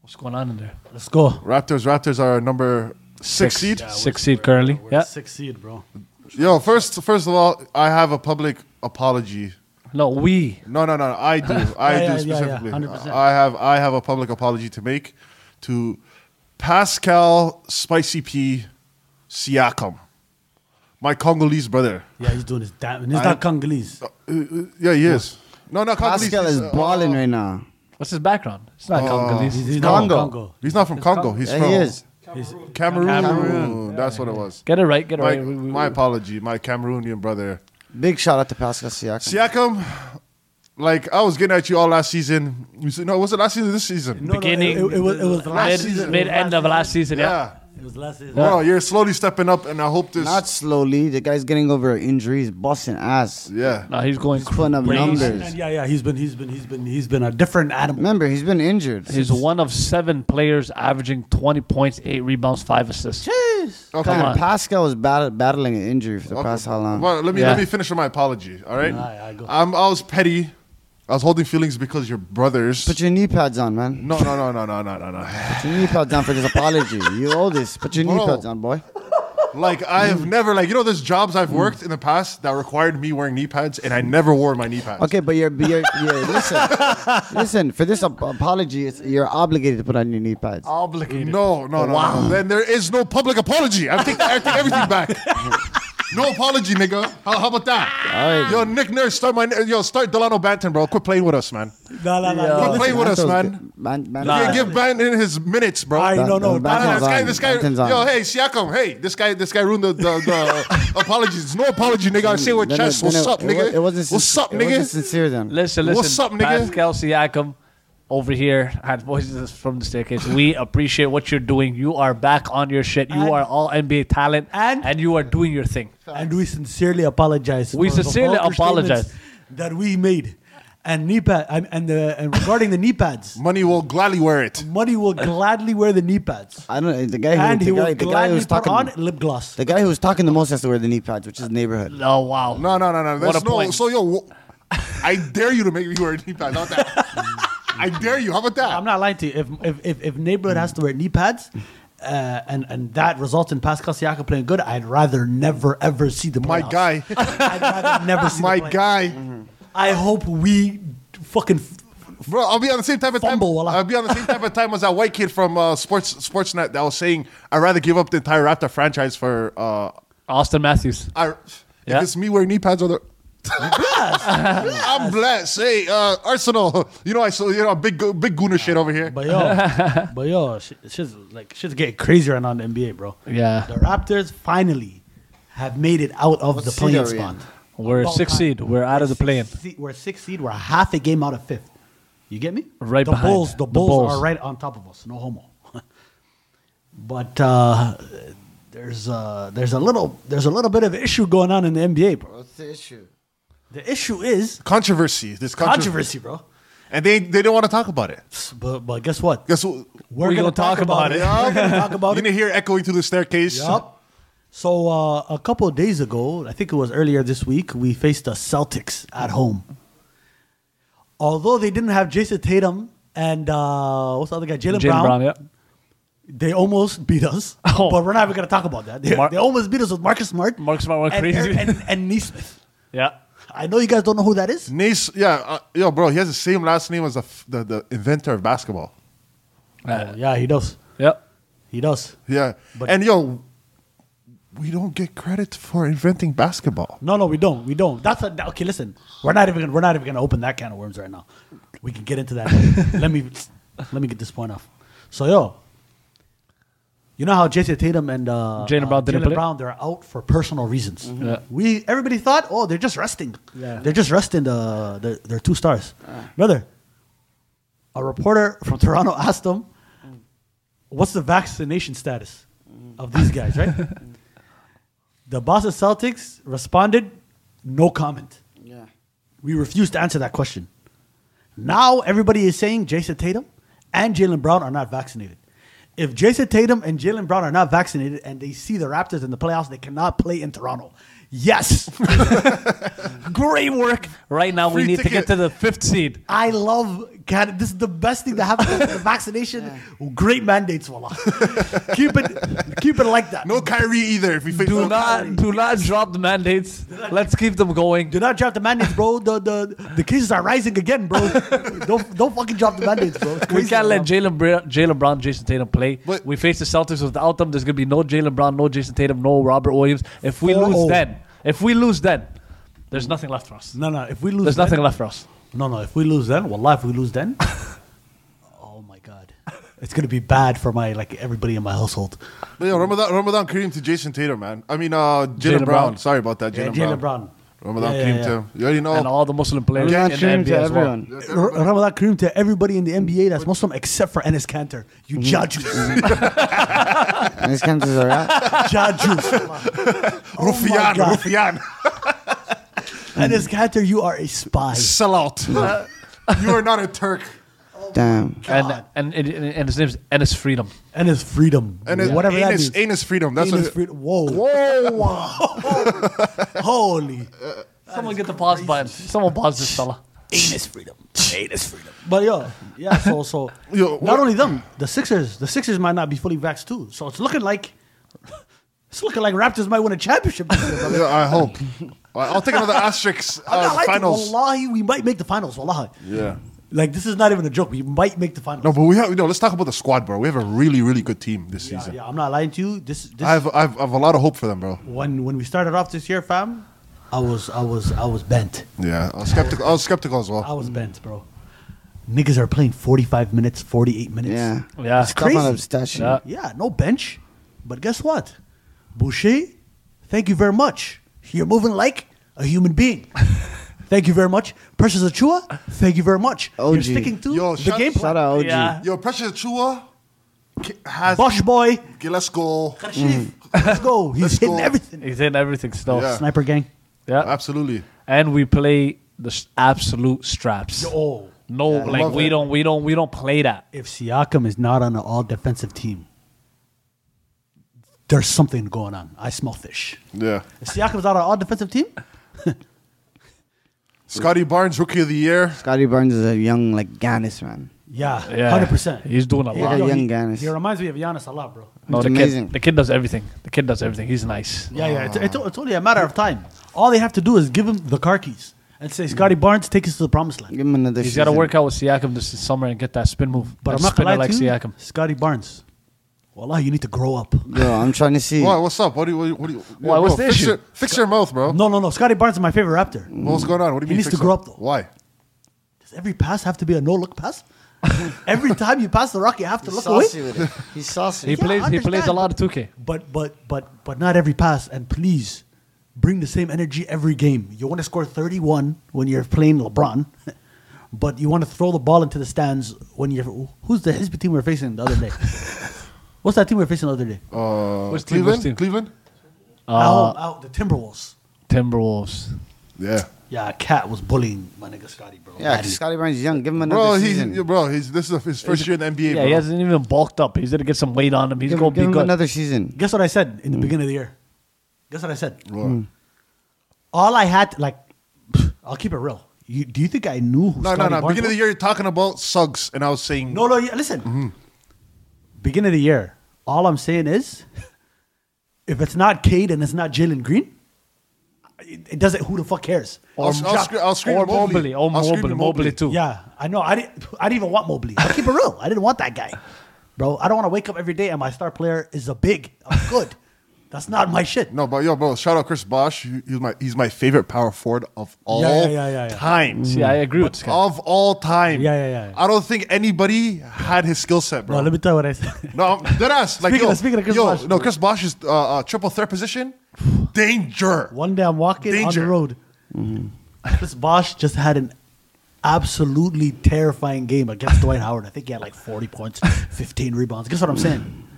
What's going on in there?
Let's go.
Raptors, Raptors are number six,
Six.
seed.
Six seed currently.
We're
Yeah.
Six seed, bro.
Yo, first, first of all, I have a public apology.
No, we.
No, no, no. I do. I
Yeah, yeah, yeah, yeah,
do specifically.
100%.
I have. I have a public apology to make to Pascal Spicy P Siakam, my Congolese brother.
Yeah, he's doing his damn. He's
I-
not Congolese.
Uh, uh, yeah, he is. No, not Congolese.
Pascal is
He's, uh,
balling right now.
What's his background? It's not Congolese.
He's, he's not
Congo.
Congo.
He's not from Congo. He's
Yeah,
from
he is.
Cameroon.
Cameroon.
That's what it was.
Get it right. Get it
My,
right. We- we-
my apology, my Cameroonian brother.
Big shout out to Pascal Siakam.
Siakam, like I was getting at you all last season. You said, no, was it last season? This season?
No, no,
Beginning.
it, it was, it was last
mid,
season.
mid end of last season. Yeah.
yeah.
It was last season.
Bro, you're slowly stepping up, and I hope this.
Not slowly. The guy's getting over injuries, busting ass.
yeah.
No, he's going.
He's putting up
crazy.
numbers.
And yeah, yeah, he's been, he's been, he's been, he's been a different animal.
Remember, he's been injured.
He's one of seven players averaging 20 points, eight rebounds, five assists.
Okay.
Come
Oh, Come on.
Pascal was battle- battling an injury for the
Okay.
past how long?
Well, let me
Yeah.
let me finish with my apology. All right.
Aye, aye, go.
I'm, I was petty. I was holding feelings because you're brothers.
Put your knee pads on, man.
no, no, no, no, no, no, no, no.
Put your knee pads on for this apology. You owe this. Put your knee
Bro.
pads on, boy.
Like I have never, like you know, there's jobs I've worked in the past that required me wearing knee pads, and I never wore my knee pads.
Okay, but you're, but you're, you're listen, listen. For this ap- apology, it's, you're obligated to put on your knee pads.
Obligated.
No, no, no, no. Then there is no public apology. I take, I take everything back. No apology, nigga. How, how about that?
All right.
Yo, Nick Nurse, start my yo, start Delano Banton, bro. Quit playing with us, man.
No, no, no.
Quit
no,
playing
listen.
with us,
Anto's
man.
good. man, man
Nah.
Yeah, give Banton his minutes, bro.
I know,
No,
no.
Banton's
no,
Banton's
this guy,
on.
this guy,
Banton's
yo,
on.
hey, Siakam, hey, this guy, this guy ruined the, the, the apologies. No apology, nigga. I say what
Then it-
chest.
then
What's
it-
up,
it wa-
nigga?
It wasn't. sin-
What's up,
It wasn't
nigga?
sincere then.
Listen, listen.
What's up, nigga?
Pascal Siakam over here had voices from the staircase. We appreciate what you're doing. You are back on your shit. You
And-
are all NBA talent,
and-
you are doing your thing.
And we sincerely apologize.
We
for the
sincerely
vulgar
apologize.
statements that we made, and knee pad, and and, uh, and regarding the knee pads,
Money will gladly wear it.
Muddy will gladly wear the knee pads,
I don't. The guy who,
and
the
he
guy,
will
the guy who
gladly
was
put
talking.
on lip gloss.
The guy who was talking the most has to wear the knee pads, which is neighborhood.
Oh wow!
No, no, no, no.
What
That's
a
no.
point.
So yo, wh- I dare you to make me wear a knee pad. How about that? I dare you. How about that?
I'm not lying to you. If if if, if neighborhood has to wear knee pads. Uh, and and that results in Pascal Siakam playing good. I'd rather never ever see the
my
playoffs.
guy,
I'd rather never see
my
the playoffs.
guy,
Mm-hmm.
I hope we fucking
bro. I'll be on the same type of time.
Fumble, wallah.
I'll be on the same type of time as that white kid from uh, Sports Sportsnet that was saying I'd rather give up the entire Raptor franchise for. Uh,
Austin Matthews.
I,
Yeah.
If it's me wearing knee pads or the. I'm blessed. Hey, uh, Arsenal. You know I saw you know big go- big gooner shit over here.
But yo, but yo, shit, shit's like shit's getting crazier now in the NBA, bro.
Yeah.
the Raptors finally have made it out of
What
the
seed
playing
are we
spot.
in?
We're
About
six
time.
seed. We're out of the
Six
play-in.
seed- We're six seed. We're half a game out of fifth. You get me?
Right
the
behind.
Bulls. The
The
Bulls,
Bulls.
are right on top of us. No homo. but uh, there's uh, there's a little there's a little bit of issue going on in the NBA, bro.
What's the issue?
The issue is
Controversy. This controversy,
controversy, bro.
and they they don't want to talk about it.
But but guess what?
Guess what?
We're,
We
gonna,
gonna
talk,
talk about
about, it.
it.
We're gonna talk about
You're
it.
gonna hear echoing through the staircase.
Yup. So uh, a couple of days ago, I think it was earlier this week, we faced the Celtics at home. Although they didn't have Jason Tatum and uh, what's the other guy, Jalen
Jalen
Brown,
Brown. Yeah.
they almost beat us.
Oh.
But we're not even going to talk about that. They,
Mar-
they almost beat us with Marcus Smart,
Mark Smart went
and,
crazy.
and, and, and Neesmith.
Yeah.
I know you guys don't know who that is.
Nace, yeah, uh, yo, bro, he has the same last name as the, f- the the inventor of basketball.
Oh, yeah, he does.
Yeah.
He does.
Yeah,
But-
and yo, we don't get credit for inventing basketball.
No, no, we don't. We don't. That's a, that- okay. Listen, we're not even we're not even gonna open that can of worms right now. We can get into that. Let me Let me get this point off. So yo, you know how Jason Tatum and uh,
Jaylen Brown
uh,
didn't
Jaylen
play? Mm-hmm.
Brown they're out for personal reasons.
Yeah.
We everybody thought, oh, they're just resting.
Yeah.
They're just resting the, the their two stars. Brother, a reporter from Toronto asked them, "What's the vaccination status of these guys?" Right. the Boston Celtics responded, "No comment."
Yeah.
We refuse to answer that question. Now everybody is saying Jason Tatum and Jalen Brown are not vaccinated. If Jason Tatum and Jalen Brown are not vaccinated and they see the Raptors in the playoffs, they cannot play in Toronto. Yes. Great work.
Right now, we
Free
need to
ticket.
get to the fifth seed.
I love Canada. This is the best thing that happened with the vaccination. Great mandates, wallah. keep it keep it like that.
No Kyrie either. If we face
Do
no
not, do not drop the mandates. Let's keep them going.
Do not drop the mandates, bro. The, the the cases are rising again, bro. don't don't fucking drop the mandates, bro. It's
We
crazy,
can't let
bro.
Jalen Bra- Jalen Brown, Jason Tatum play.
But-
we face the Celtics without them. There's gonna be no Jalen Brown, no Jason Tatum, no Robert Williams. If we lose
4-0.
then, if we lose then, there's nothing left for us.
No, no. If we lose,
There's
then-
nothing left for us.
No, no. If we lose then, wallah, if we lose then, oh my god, it's gonna be bad for my like everybody in my household.
But yo, Ramadan, Ramadan Kareem to Jason Tatum, man. I mean, uh, Jalen
Jaylen
Brown.
Brown.
Sorry about that,
Yeah,
Jalen
Jalen
Brown.
Uh, Brown.
Ramadan
Yeah, yeah,
Kareem
yeah.
to him. You already
Oh.
know.
And all the Muslim players
Ramadan
in the
Kareem
NBA
to
as well.
everyone.
R- Ramadan Kareem to everybody in the NBA that's Muslim except for Enes Kanter. You
Mm-hmm.
judges,
And this comes as a wrap.
judges. Oh
Rufian, Rufian.
Enes Kanter, you are a spy.
Sellout. you are not a Turk.
Damn.
And, and and and his name's Ennis Freedom.
And his freedom,
And
and
it's
whatever that
anus,
means.
anus freedom. That's
Anus
what.
freedom. Whoa, whoa, holy.
Someone get the pause button. Someone pause this fella.
Anus freedom. Anus freedom. But yo, yeah, so so
Yo,
not
what-
only them, the Sixers, the Sixers might not be fully vaxxed too. So it's looking like it's looking like Raptors might win a championship. this year, brother.
Yeah, I hope. All right, I'll take another asterisk.
I
Uh,
like it.
finals.
Wallahi, we might make the finals. Wallahi.
Yeah.
Like this is not even a joke. We might make the finals.
No, but we have. No, let's talk about the squad, bro. We have a really, really good team this
yeah,
season.
yeah, I'm not lying to you. This this
I have, I have, I have a lot of hope for them, bro.
when when we started off this year, fam, I was I was I was bent.
Yeah, I was skeptical. I was skeptical as
I
well.
was bent, bro. Niggas are playing 45 minutes, 48 minutes.
Yeah.
Yeah.
It's
Come
crazy.
on, obsession.
Yeah.
Yeah, no bench. But guess what? Boucher, thank you very much. You're moving like a human being. thank you very much. Precious Achua, thank you very much. You're
OG.
sticking to
Yo,
the
shout-
game plan.
Shout out OG.
Yeah.
Yo, Precious Chua has.
Bosh boy,
Okay, let's go.
Rashid, let's go.
Mm-hmm.
He's
Let's
hitting
go.
everything.
He's in everything still.
Yeah.
Sniper gang.
Yeah.
Absolutely.
And we play the s- absolute straps.
Oh.
No, like
love
we
it.
don't, we don't, we don't play that.
If Siakam is not on an all defensive team, there's something going on. I smell fish.
Yeah.
If Siakam's not on an all defensive team,
Scotty Barnes, rookie of the year.
Scotty Barnes is a young, like, Gannis, man.
yeah,
Yeah,
100%.
He's doing a
He's
lot.
a young
he-
Giannis.
He reminds me of Giannis a lot, bro.
No,
It's
Oh, the
amazing.
kid, the kid does everything. The kid does everything. He's nice.
Yeah, yeah. It's, it's, it's only a matter of time. All they have to do is give him the car keys and say, Scotty Barnes, take us to the promised land.
Mm. Give him another
He's got to
season.
work out with Siakam this summer and get that spin move.
But
That
I'm not
spinner
gonna lie
like
to you,
Siakam.
Scotty Barnes. Wallah, you need to grow up.
Yo, I'm trying to see.
Why? What's up? What do you? What do you? What do you
Why, what's the
fix
issue?
Your, fix your mouth, bro.
No, no, no. Scotty Barnes is my favorite
Mm.
Raptor.
What's going on? What do you
He
mean?
needs
fix
to grow up, though.
Why?
Does every pass have to be a no look pass? every time you pass the rock, you have to
He's
look away.
saucy with it. He's saucy.
He
Yeah,
plays.
I
He plays a
understand,
lot of 2K.
But but but but not every pass. And please bring the same energy every game. You want to score 31 when you're playing LeBron, but you want to throw the ball into the stands when you're. Who's the Hizb team we are facing the other day? What's that team we are facing the other day?
Uh,
Which team?
Cleveland.
Which team?
Cleveland.
Uh,
out, out the Timberwolves.
Timberwolves.
Yeah.
Yeah, Cat was bullying my nigga Scotty, bro.
Yeah,
Daddy.
Scotty Barnes is young. Give him another
Bro, he's
season.
yeah, bro. He's this is his first year in the NBA.
Yeah,
bro.
he hasn't even bulked up. He's gonna get some weight on him. He's
give
gonna
him,
be
give him
good.
another season.
Guess what I said
Mm.
in the beginning of the year? Guess what I said?
Bro.
All I had, like, I'll keep it real. You, do you think I knew who
No, no,
Scotty
no.
Barnes
Beginning of the
was?
year, you're talking about Suggs, and I was saying
No, no, yeah, listen.
Mm-hmm.
Beginning of the year, all I'm saying is if it's not Cade and it's not Jalen Green, it, it doesn't, who the fuck cares?
I'll, I'll,
Ja-
scre- I'll scream
or
Mobley.
Mobley. Or
I'll scream
Mobley. Mobley too.
Yeah, I know. I didn't. I didn't even want Mobley. I keep it real. I didn't want that guy, bro. I don't want to wake up every day and my star player is a big. I'm good. That's not my shit.
No, but yo, bro, shout out Chris Bosch. He- He's my he's my favorite power forward of all
yeah, yeah, yeah, Mm-hmm. yeah.
time.
See, I agree with this
Oh,
guy.
Of all time.
Yeah, yeah, yeah.
I don't think anybody had his skill set, bro.
No,
No,
let me tell you what I said.
I'm dead ass. Like,
Speaking
yo,
of- speaking of Chris
yo,
Bosh.
no, Chris Bosch is uh, uh, triple threat position. Danger.
One day I'm walking on
Danger.
the road.
Mm-hmm.
Chris Bosch just had an absolutely terrifying game against Dwight Howard. I think he had like 40 points, 15 rebounds. Guess what I'm saying?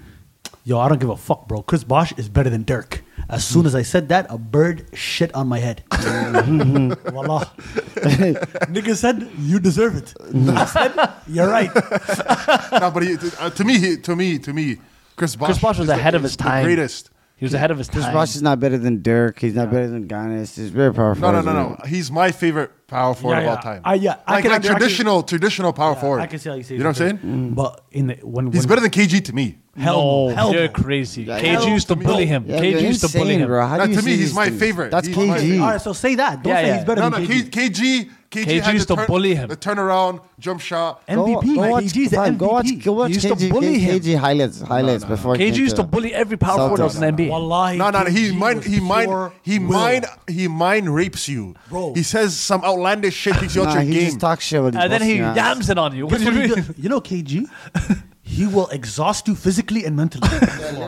Yo, I don't give a fuck, bro. Chris Bosch is better than Dirk. As soon as I said that, a bird shit on my head.
Mm-hmm.
Voila. Nigga said, you deserve it.
Mm-hmm.
I said, you're right.
no, but he, uh, to me, he, to me, to me, Chris Bosch.
Chris Bosh was
is the-
ahead of
is
his
the
time.
greatest.
He was ahead of his
Chris
time.
Bosh is not better than Dirk. He's not better than Giannis. He's very powerful.
No, no, no, no. He's my favorite power forward
Yeah,
of
yeah.
all time.
I- yeah, I
like,
can
like
under- I can-
traditional, traditional power forward.
I can see how you say
You know what I'm saying?
But in the, when,
He's
when-
better than KG to me.
hell,
no,
hell
you're
no.
crazy.
Hell
KG used to
no.
bully him.
Yeah,
KG
you're
used to bully
insane,
him.
bro. How
Nah,
do you
to me,
see
he's
these
my
things?
favorite.
That's
He's my
KG.
favorite.
All right, so say that. Don't
Yeah,
say
yeah.
he's better
No, no,
than
K-
KG.
KG, KG,
KG
had
used
the
to bully him.
The turnaround, jump shot.
Go-
MVP.
Go, watch,
KG's the
fam, go watch,
MVP.
go watch
He used to
KG,
bully him.
KG highlights, highlights before. he
KG
came
used to
us.
bully every power forward
Celtics.
else in the NBA.
Wallahi.
No, no, he
KG
mind,
was
he mind,
pure
he
will.
mind, he mind rapes you.
Bro.
He says some outlandish shit takes you out
Nah,
your
he
game.
just talks shit with his
And then he
Bosnian ass.
yams it on you. What
Guess
do
what he
you mean?
does? You know KG? he will exhaust you physically and mentally.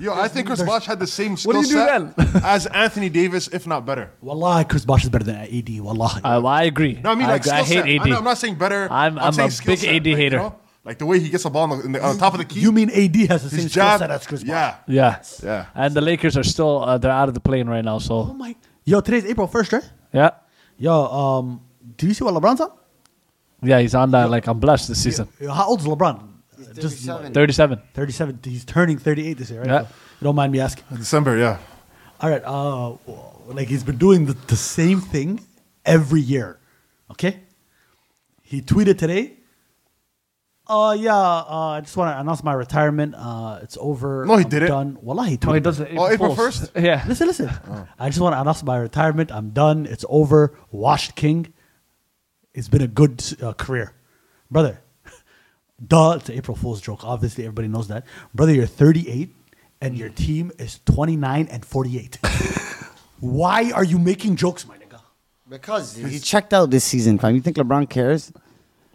Yo, I think Chris Bosh had the same
What do
skill
you do
set as Anthony Davis, if not better.
Wallahi, Chris Bosh is better than AD. Wallahi.
Uh,
I, I agree.
No, I mean like
I,
skill set.
hate
I
AD.
know, I'm not saying better.
I'm- I'm
saying
a
skill
big
set,
AD
like,
hater.
You know? Like the way he gets the ball on the, in the, on top of the key.
you mean AD has the
his
same skill
jab-
set as Chris Bosh?
Yeah.
Yeah.
Yeah.
And the Lakers are still uh, they're out of the plane right now.
Oh
So
my. Yo, today's April 1st, right?
yeah,
Yo, um, do you see what LeBron's on?
yeah, he's on that like I'm blessed this season.
Yo, How old's LeBron? Just
37.
Thirty-seven.
37. He's turning 38 this year, right?
Yeah.
So, you don't mind me asking.
December, yeah.
All right. Uh, like he's been doing the, the same thing every year. Okay. He tweeted today. Uh yeah. Uh, I just want to announce my retirement. Uh, it's over.
No, he
I'm
didn't.
Done. Wallah, he tweeted.
No, he doesn't.
Oh, April 1st?
Yeah.
Listen, listen. I just want to announce my retirement. I'm done. It's over. Washed King. It's been a good uh, career, brother. Duh, it's an April Fool's joke. Obviously, everybody knows that, brother. You're 38, and your team is 29 and 48. Why are you making jokes, my nigga?
Because he checked out this season, fam. You think LeBron cares?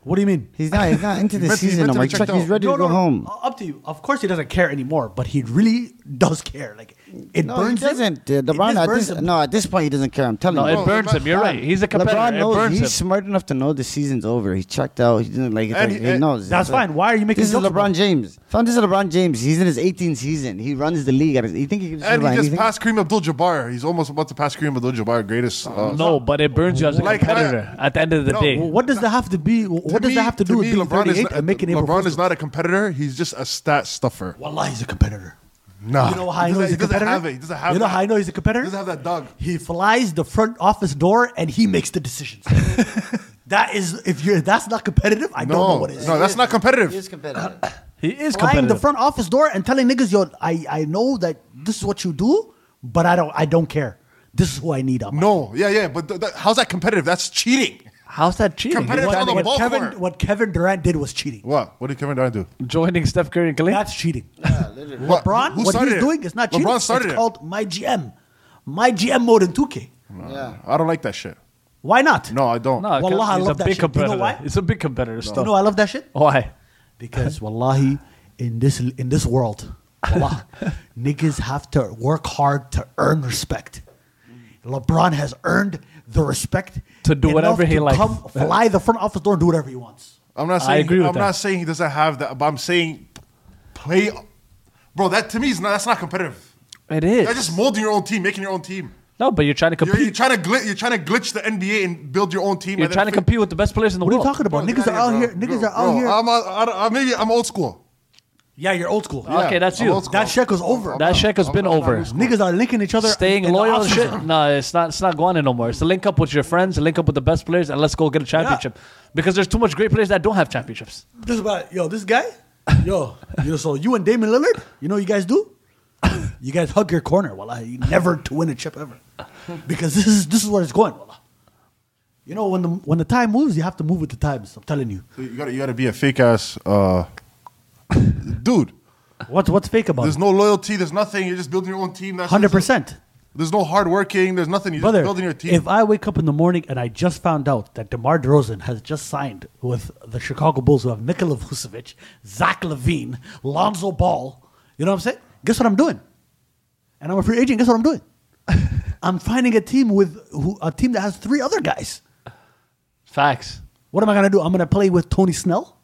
What do you mean?
He's not. He's not into the
meant- he
season
meant
no
to
more.
be
He's, check-
checked
he's
out.
ready to go home.
Uh, Up to you. Of course, he doesn't care anymore, but he really does care. Like it
No, he
burns him.
doesn't. Uh,
It
LeBron,
just
at
burns
this,
him.
no, at this point, he doesn't care. I'm telling
No,
you.
it burns him. You're right. He's a competitor.
LeBron
it
knows
burns
he's
him.
smart enough to know the season's over. He checked out. He didn't like it.
And
Like,
he-
he knows.
That's fine. Why are you making
This is
jokes about
LeBron
it?
James. Fam, this is LeBron James. He's in his 18th season. He runs the league. At his, you think he can just
And he
survive
just
anything?
passed Kareem Abdul-Jabbar. He's almost about to pass Kareem Abdul-Jabbar, greatest. Uh,
No, but it burns you as a
Like,
competitor at the end of the
No,
day.
Well, What does that have to be? What does
me-
that have to do with
me,
being
LeBron is
38
not-
and making April
LeBron
Fool's
is
joke?
not a competitor. He's just a stat stuffer.
Wallah, he's a competitor.
Nah.
You know how I
He doesn't- he
know he's a
doesn't
competitor?
have it. He doesn't have
you know
that.
how I know he's a competitor?
He doesn't have that dog.
He flies the front office door and he makes the decisions. that is, if you're, that's not competitive, I don't know
No,
what is.
no, that's not competitive.
competitive.
He is
Flying the
competitive.
front office door and telling niggas, yo, I, I know that this is what you do, but I don't, I don't care. This is who I need. on my-
No, yeah, yeah, but th- th- how's that competitive? That's cheating.
How's that cheating?
Competitive
He's
on
trying
the
to
ball
what,
corner.
Kevin, what Kevin Durant did was cheating.
What? What did Kevin Durant do?
get- joining Steph Curry and Klay.
That's cheating.
What?
LeBron,
Uh, Who
what
started
he's
it?
doing is not cheating.
LeBron started
it's
it.
called my GM, my GM mode in 2K.
yeah.
I don't like that shit.
Why not?
No, I don't.
No,
Wallah, I
he's a
love that
big
shit. You know
competitor.
why?
It's a big competitor
You
still.
know I love that shit
Why?
because wallahi, in this in this world, wallah, niggas have to work hard to earn respect. LeBron has earned the respect
To do
enough
whatever he
to
likes.
Come fly the front office door and do whatever he wants.
I'm not
I
saying
agree with
I'm
that.
not saying he doesn't have that, but I'm saying play Bro, that to me is not that's not competitive.
It is.
That's just molding your own team, making your own team.
no, but you're trying to
You're,
compete.
you're trying to glitch you're trying to glitch the NBA and build your own team.
You're
and then
trying to
fix-
compete with the best players in the
What are you
world.
talking about?
Bro,
niggas
get
are out
outta
here.
bro.
Niggas
Bro,
are out
bro,
here.
I'm, I, I, maybe I'm old school.
yeah, you're old school.
Yeah,
okay, that's
I'm
you.
old school.
That shit goes over.
I'm
That
not-
shit has
I'm
been
not- I'm not
over.
old school.
niggas are linking each other.
Staying
in the
loyal and
offseason.
shit. No, it's not. It's not going anymore. It's to link up with your friends, link up with the best players, and let's go get a championship. Because there's too much great players that don't have championships.
This is about yo, this guy, yo, yo. So you and Damon Lillard, you know what you guys do? You guys hug your corner. Wallah, you never to win a chip ever, because this is this is where it's going. Wallah. You know when the when the time moves, you have to move with the times. I'm telling you.
You gotta, you gotta be a fake ass uh, dude.
What, what's fake about
There's
it?
no loyalty. There's nothing. You're just building your own team. That's
Hundred percent,
There's no hard working. There's nothing. You're
brother.
just building your team.
If I wake up in the morning and I just found out that DeMar DeRozan has just signed with the Chicago Bulls, who have Nikola Vucevic, Zach Levine, Lonzo Ball, you know what I'm saying? Guess what I'm doing? And I'm a free agent. Guess what I'm doing? I'm finding a team with who, a team that has three other guys.
Facts.
What am I gonna do? I'm gonna play with Tony Snell.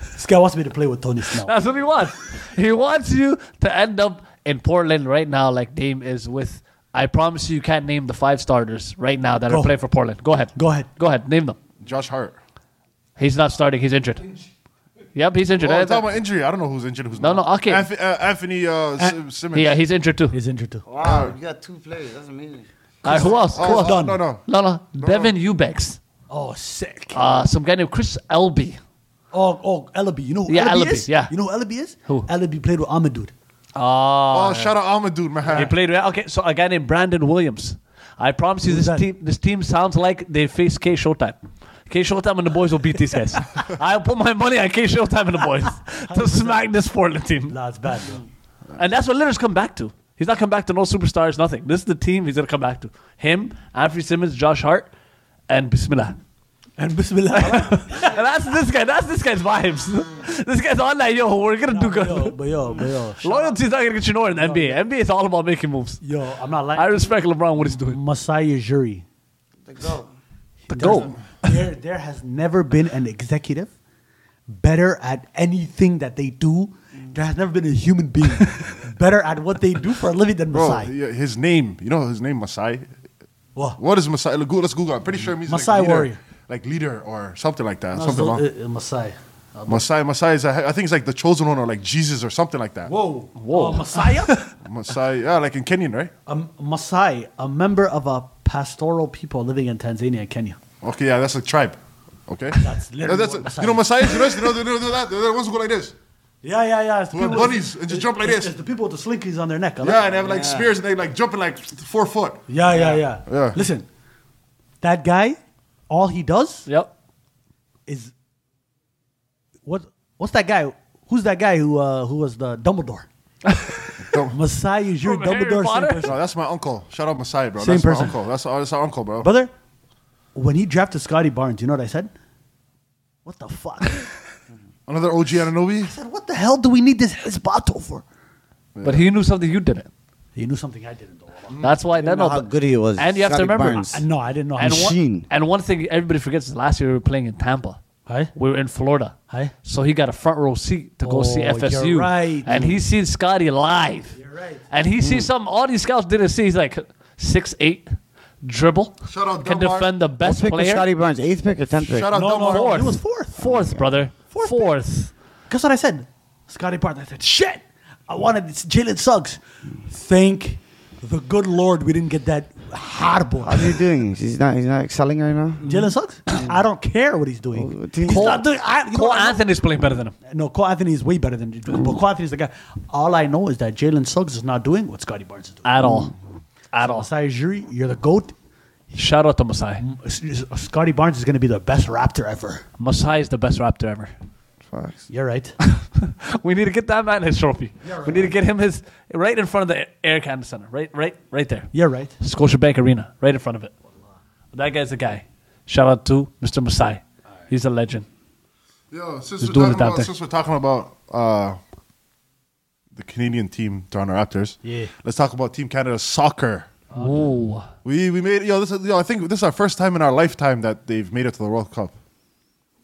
this guy wants me to play with Tony Snell.
That's what he wants. he wants you to end up in Portland right now, like Dame is with. I promise you, you can't name the five starters right now that
Go.
are playing for Portland. Go ahead.
Go ahead.
Go ahead. Name them.
Josh Hart.
He's not starting. He's injured. Yep, he's injured.
Oh, I'm
Yeah,
talking about injury. I don't know who's injured. Who's
No,
not.
no, okay.
Anth- uh, Anthony uh, Sim- Simmons.
yeah, he's injured too.
He's injured too.
Wow, you got two players. That's amazing.
All right, who else?
Oh,
who else?
oh,
done.
no, no.
No, no. Devin Eubanks.
Oh, sick.
Uh, some guy named Chris Elby.
Oh, oh, Ellaby. You know who
Yeah,
Ellaby,
Ellaby,
is?
yeah.
You know who Ellaby is?
Who?
Ellaby played with Amadoud.
Oh, shout out Ahmadou, man.
He played well. Okay, so a guy named Brandon Williams. I promise you, this
Who's that?
team this team sounds like they face K Showtime. K Showtime and the boys will beat these guys. I'll put my money on K Showtime and the boys to smack this Portland team.
Nah, it's bad, bro.
And that's what Leonard's come back to. He's not come back to no superstars, nothing. This is the team he's gonna come back to. Him, Anthony Simmons, Josh Hart, and Bismillah.
and Bismillah.
and that's this guy. That's this guy's vibes. this guy's on that. Yo, we're gonna do
but yo,
good.
but yo, but yo. shout out-
Loyalty's not gonna get you nowhere in the NBA. NBA is all about making moves.
Yo, I'm not
I
lying.
respect LeBron what he's
Mm.
doing.
Masai Ujiri.
The goat.
The goal.
There, there has never been an executive better at anything that they do. There has never been a human being better at what they do for a living than
Bro,
Masai.
yeah, his name. You know his name, Masai.
What?
What is Masai? Look, Let's Google. I'm pretty sure it means
Masai
like leader,
warrior.
like leader or something like that.
No, it's
something
the-
long.
uh, uh, Masai.
Masai, Masai is. I think it's like the chosen one or like Jesus or something like that.
Whoa. Uh, Whoa. Messiah?
Masai, yeah, like in Kenyan, right?
a Maasai, a member of a pastoral people living in Tanzania and Kenya.
Okay, yeah, that's a tribe. Okay,
That's literally
That's
what Masai
you know,
is.
Masai is the rest. You know, they know, they know that. They're the ones who go like this.
Yeah, yeah, yeah. It's the
Who have
people-
bunnies and just jump like
it's-
this.
It's the people with the slinkies on their neck. I like
Yeah,
it.
and they have like spears and they like jumping like four foot.
yeah, yeah, yeah,
Yeah.
Listen, that guy, all he does
Yep.
is what? What's that guy? Who's that guy who uh, who was the Dumbledore?
Dumb-
Masai is your
From Harry
Dumbledore, same
Potter?
person.
No, that's my uncle. Shout out Masai, bro.
Same
that's
person.
My uncle. That's our, that's our uncle, bro.
brother. When he drafted Scotty Barnes, you know what I said? What the fuck? I
Another OG Ananobi.
said, what the hell do we need this Hezbato for?
But he knew something you didn't.
He knew something I didn't Mm. know.
That's why.
didn't
no,
know
no,
how
but-
good he was.
And you have to
Scotty
remember.
Barnes.
I, no, I didn't know.
And one,
Machine.
and one thing everybody forgets is last year we were playing in Tampa.
Aye.
We were in Florida.
Aye.
So he got a front row seat to go see
Oh, you're
FSU.
right.
And he's seen Scotty live. You're
right. Mm.
And he sees something all these scouts didn't see. He's like six eight, dribble.
Shout out
Can
Dunbar.
defend the
What
best
pick was
player.
Scotty Barnes? Eighth pick or tenth pick?
Shout out
No,
Delmar.
no,
He was fourth.
Fourth, brother.
Fourth
Fourth.
pick. Guess what I said? Scotty Barnes. I said, shit, I wanted this Jalen Suggs. Thank the good Lord we didn't get that horrible.
How are you doing? He's not. He's not excelling right now.
Jalen Suggs? I don't care what he's doing.
Oh, dude.
he's
Cole-
not doing. I, you know
Cole
what I know?
Anthony's playing better than him.
No, Cole Anthony is way better than. But Cole Anthony's the guy. All I know is that Jalen Suggs is not doing what Scotty Barnes is doing.
At all. At all.
Masai Ujiri, you're the GOAT.
Shout out to Masai.
Scotty Barnes is going to be the best Raptor ever.
Masai is the best Raptor ever.
Fox.
You're right.
We need to get that man his trophy. We need to get him his right in front of the Air Canada Center, right, right, right there.
You're right.
Scotiabank Arena, right in front of it. That guy's the guy. Shout out to Mr. Masai. He's a legend.
Yo, since we're,
Just doing
talking
it out
about,
there.
since we're talking about uh, the Canadian team, Toronto Raptors,
Yeah.
let's talk about Team Canada soccer.
Ooh,
We we made yo, this is, yo, I think this is our first time in our lifetime that they've made it to the World Cup.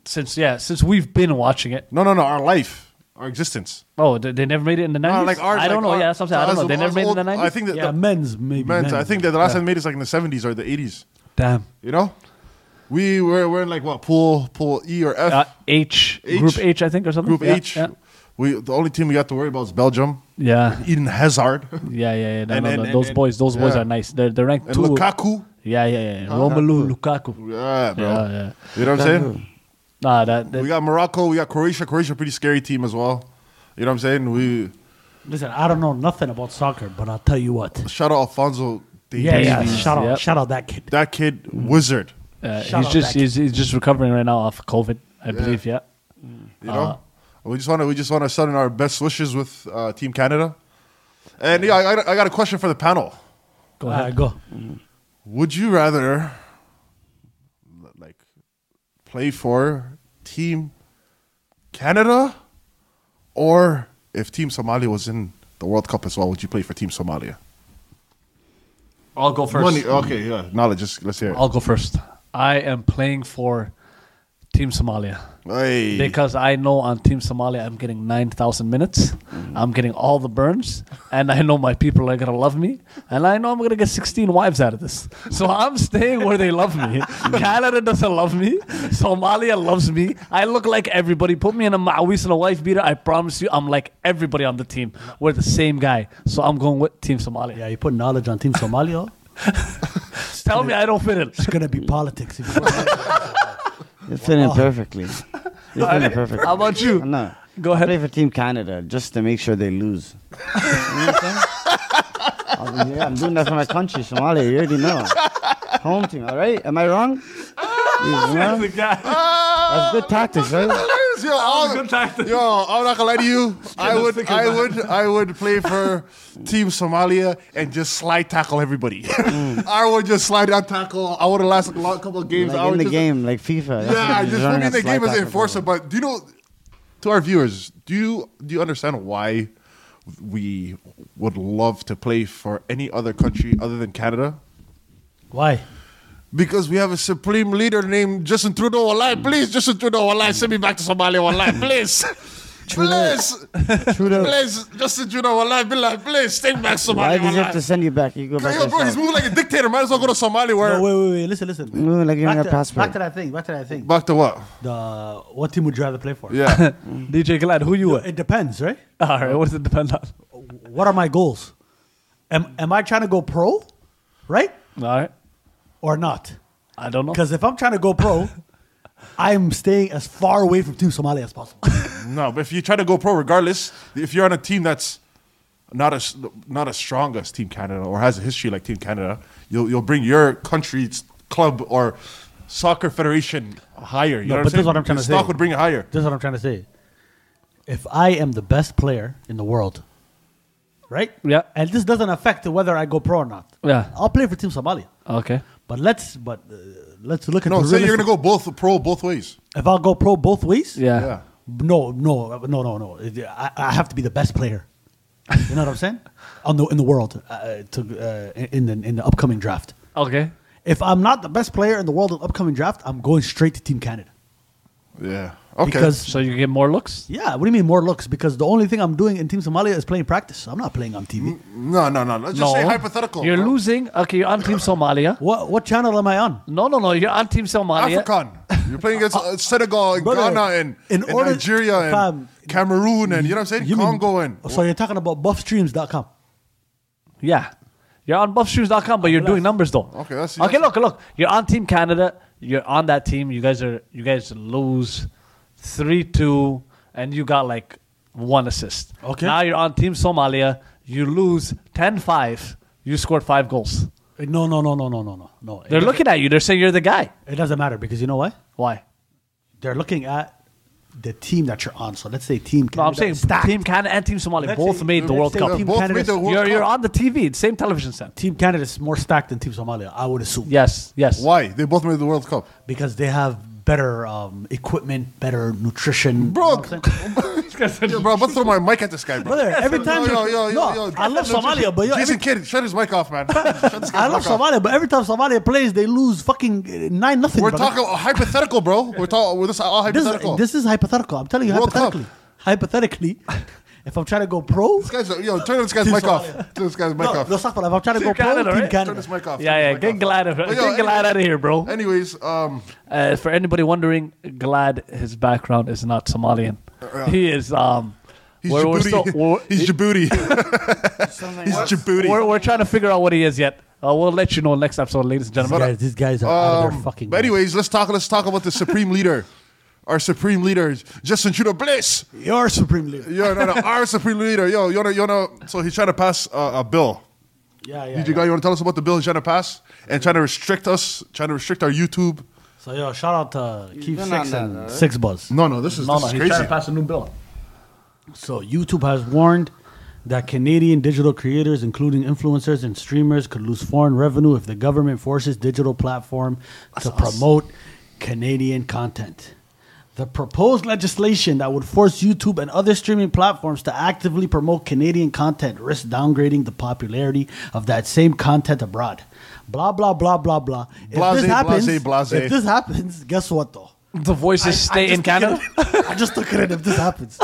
since yeah, since we've been watching it.
No, no, no, our life, our existence.
Oh, they, they never made it in the
No,
nineties.
like our,
I don't
like
know.
our-
yeah, that's what I'm saying. I don't
ours-
know. They never
ours
made it in the
old-
nineties.
I think that
Yeah,
the,
men's maybe.
men's, I think that the last time they made it is like in the seventies or the eighties.
Damn.
You know, we were we're in like what pool pool E or F
Uh, H,
H?
Group H, I think, or something.
group
Yeah,
H.
Yeah,
We the only team we got to worry about is Belgium.
yeah,
Eden Hazard
yeah, yeah. yeah. No,
And-
no,
and-
no.
and-
those
and-
boys, those boys
yeah.
are nice. They're they're ranked
and
two.
Lukaku.
Yeah, yeah, yeah. Romelu Lukaku.
Yeah, bro.
Yeah, yeah.
You know what I'm saying?
Nah, that, that
We got Morocco. We got Croatia. Croatia, pretty scary team as well. You know what I'm saying? We
Listen, I don't know nothing about soccer, but I'll tell you what.
shout out Alfonso.
Yeah,
Davies.
yeah. Shout out,
Yep.
shout out that kid.
That kid, wizard.
Uh,
Shout
he's
out
just
Beck.
he's, he's just recovering right now off COVID, I believe. Yeah.
Uh-huh.
You know, We just want to we just want to send our best wishes with uh, Team Canada. And yeah, I, I got a- I got a question for the panel.
Uh,
Go ahead. Uh, Go.
Would you rather like play for Team Canada or if Team Somalia was in the World Cup as well, would you play for Team Somalia?
I'll go first.
Money, okay, yeah. Knowledge, just let's hear it.
I'll go first. I am playing for Team Somalia
Hey.
because I know on Team Somalia I'm getting 9,000 minutes. I'm getting all the burns and I know my people are going to love me and I know I'm going to get 16 wives out of this. So I'm staying where they love me. Canada doesn't love me. Somalia loves me. I look like everybody. Put me in a Ma'awis and a wife beater. I promise you I'm like everybody on the team. We're the same guy. So I'm going with Team Somalia.
Yeah, you put knowledge on Team Somalia.
Tell me I don't fit in.
It's gonna be politics. if you-
You fit in perfectly. You fit in perfectly.
How about you?
No.
Go
I play
ahead.
for Team Canada just to make sure they lose. You know what I'm saying? I'm- yeah, I'm doing that for my country, Somalia. You already know. Home team, all right? Am I wrong? You know?
The guy.
That's good tactics, right?
Yo, I'm,
good tactic.
yo, I'm not gonna lie to you. I would, I would, I would play for Team Somalia and just slide tackle everybody. I would just slide down tackle. I would have lasted a lot, couple of games. I
Mm. Like
would
in the
just,
game, like FIFA. that's what
Yeah,
you
just
learn
put me in
at
the
slide
game as an
tackle.
enforcer. But do you know, to our viewers, do you do you understand why we would love to play for any other country other than Canada?
Why?
Because we have a supreme leader named Justin Trudeau. Wallahi, please, Justin Trudeau. Wallahi, send me back to Somalia. Wallahi, please. Please, please, Justin Trudeau, wallahi, billahi, please, take back
Why
Somalia.
does he have
wallahi.
to send you back? You go back
Yo, bro, he's
yourself.
moving like a dictator. Might as well go to Somalia where.
No, wait, wait, wait. Listen, listen.
Ooh, like you're in
back,
a
to,
passport.
back to that thing. Back to that thing.
Back to what?
The what team would you rather play for?
Yeah.
DJ Glad, who you with?
It depends, right?
All right, what does it depend on?
What are my goals? Am am I trying to go pro, right,
All right,
or not?
I don't know.
Because if I'm trying to go pro, I'm staying as far away from Team Somalia as possible.
No, but if you try to go pro, regardless, if you're on a team that's not as not as strong as Team Canada or has a history like Team Canada, you'll you'll bring your country's club or soccer federation higher. You know
No,
what I'm
but this is
saying?
what I'm trying
Your
to
stock
say.
would bring it higher.
That's what I'm trying to say. If I am the best player in the world, right?
Yeah.
And this doesn't affect whether I go pro or not.
Yeah.
I'll play for Team Somalia.
okay,
But let's but uh, let's look at
No,
the
say you're
realistic-
gonna go both pro both ways.
If I'll go pro both ways,
yeah.
Yeah.
No, no, no, no, no. I, I have to be the best player. You know what I'm saying? On the in the world uh, to uh, in the in the upcoming draft.
Okay,
If I'm not the best player in the world in the upcoming draft, I'm going straight to Team Canada.
Yeah. Okay.
Because
so you get more looks.
yeah, what do you mean more looks? Because the only thing I'm doing in Team Somalia is playing practice. I'm not playing on TV.
no, no, no. Let's just say hypothetical.
You're
bro.
losing. Okay, you're on Team Somalia.
What what channel am I on?
No, no, no. You're on Team Somalia.
African. You're playing against uh, Senegal and
Brother,
Ghana and,
in
and
order-
Nigeria and
fam,
Cameroon and you know what I'm saying?
You mean- Oh,
Congo and
So you're talking about buffstreams.com.
Yeah, you're on BuffShoes.com, but you're doing numbers though.
Okay, that's-
okay.
that's-
Look, look. You're on Team Canada. You're on that team. You guys are. You guys lose three two, and you got like one assist.
Okay.
Now you're on Team Somalia. You lose 10-5. You scored five goals.
Eh, No, no, no, no, no, no, no, no. It
They're
doesn't-
looking at you. They're saying you're the guy.
It doesn't matter because you know what?
Why?
They're looking at the team that you're on. So let's say Team Canada.
No, I'm saying
is stacked.
Team Canada and Team Somalia
Let's
both
say-
made the
let's
World
say
Cup.
Team
both
Canada
made
is-
the World
You're, you're
Cup.
on the TV, the same television set.
Team Canada is more stacked than Team Somalia, I would assume.
Yes, yes.
Why? They both made the World Cup.
Because they have better um, equipment, better nutrition.
Bro,
You know what I'm saying?
Yo, bro, I'm about to throw my mic at this guy, bro.
Brother, every time.
Yo, yo, yo,
no,
yo, yo.
I love Somalia, but yo, every,
Jason Kidd, shut his mic off, man. Shut this
I
guy's
love
mic off.
Somalia, but every time Somalia plays, they lose fucking 9 nothing.
We're
brother.
talking about hypothetical, bro. We're talking. We're this all
This,
hypothetical.
is- this is hypothetical. I'm telling you,
World Cup.
hypothetically. Hypothetically, if I'm trying to go pro.
This guy's, yo, turn this guy's
Team
mic off.
Somalia.
Turn this guy's mic
No,
off.
no, stop it. If I'm trying to
Team
go pro,
Canada,
Team
right?
turn this
Canada.
mic off.
Yeah,
Turn
yeah.
this mic
Get
off.
Glad, of,
But Oh, yo,
get Glad
anyway-
out of here, bro.
Anyways, um,
Uh, for anybody wondering, Glad, his background is not Somalian. He is. Um,
Uh, he's
we're, we're, still,
Djibouti.
we're,
he's Djibouti. he's Djibouti.
we're, we're trying to figure out what he is yet. Uh, we'll let you know next episode, ladies and
These
gentlemen.
guys, these guys are out of their
Um,
fucking.
but
mind.
anyways, let's talk. Let's talk about the supreme leader. Our supreme leader, Justin Trudeau, bliss.
You're supreme leader.
Yo, no, no, our supreme leader. Yo, yo, no, yo, no. So he's trying to pass uh, a bill.
Yeah, yeah.
Did you
yeah.
guys want to tell us about the bill he's trying to pass and trying to restrict us, trying to restrict our YouTube?
So yo, shout out to Keith
No, no,
Six
no,
and
no.
Six Buzz.
No, no, this is,
No,
this
no,
is
he's
crazy.
trying to pass a new bill.
So YouTube has warned that Canadian digital creators, including influencers and streamers, could lose foreign revenue if the government forces digital platform to promote Canadian content. The proposed legislation that would force YouTube and other streaming platforms to actively promote Canadian content risks downgrading the popularity of that same content abroad. Blah blah blah blah blah.
Blase, blase, blase.
If this happens, guess what though?
The voices stay in Canada.
I just took it in if this happens.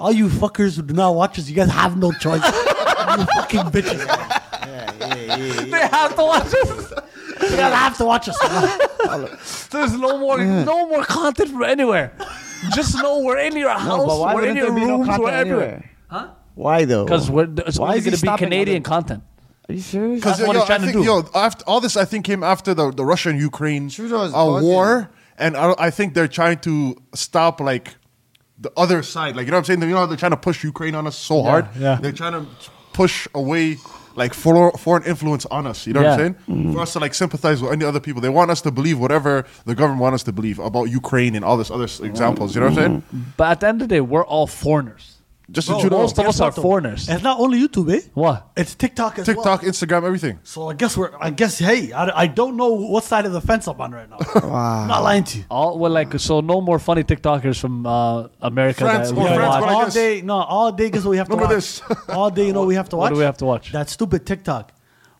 All you fuckers who do not watch this, you guys have no choice. you fucking bitches.
They have to watch this.
You guys have to watch us.
There's no more, no more content from anywhere. Just know we're in your house, we're in your rooms, we're everywhere.
Huh? Why though?
Because we're it's
Why
only
is he
going to be
stopping
Canadian
other-
content.
Are you serious?
Because
That's what
yo,
he's
I
trying to
think
do.
yo, after all this, I think came after the, the Russia and Ukraine
Trudeau is
uh, war,
bugging.
and I, I think they're trying to stop like the other side. Like you know what I'm saying? You know how they're trying to push Ukraine on us so hard.
yeah.
They're trying to push away like for, foreign influence on us. You know what I'm
Yeah. Mm-hmm.
saying? For us to like sympathize with any other people, they want us to believe whatever the government want us to believe about Ukraine and all this other s- examples. You know what I'm saying?
But at the end of the day, we're all foreigners.
Just
Bro,
to Trudeau,
most of us are foreigners.
It's not only YouTube, eh?
What?
It's TikTok as well.
TikTok, Instagram, everything.
So I guess we're. I guess hey, I, I don't know what side of the fence I'm on right now. I'm not lying to you.
All well, like so, no more funny TikTokers from uh, America.
France
that
or
we
France,
watch.
what I
all
guess.
day, no, all day. Guess what we have to
Remember
watch.
this.
all day, you know, we have to watch.
What do we have to watch?
That stupid TikTok.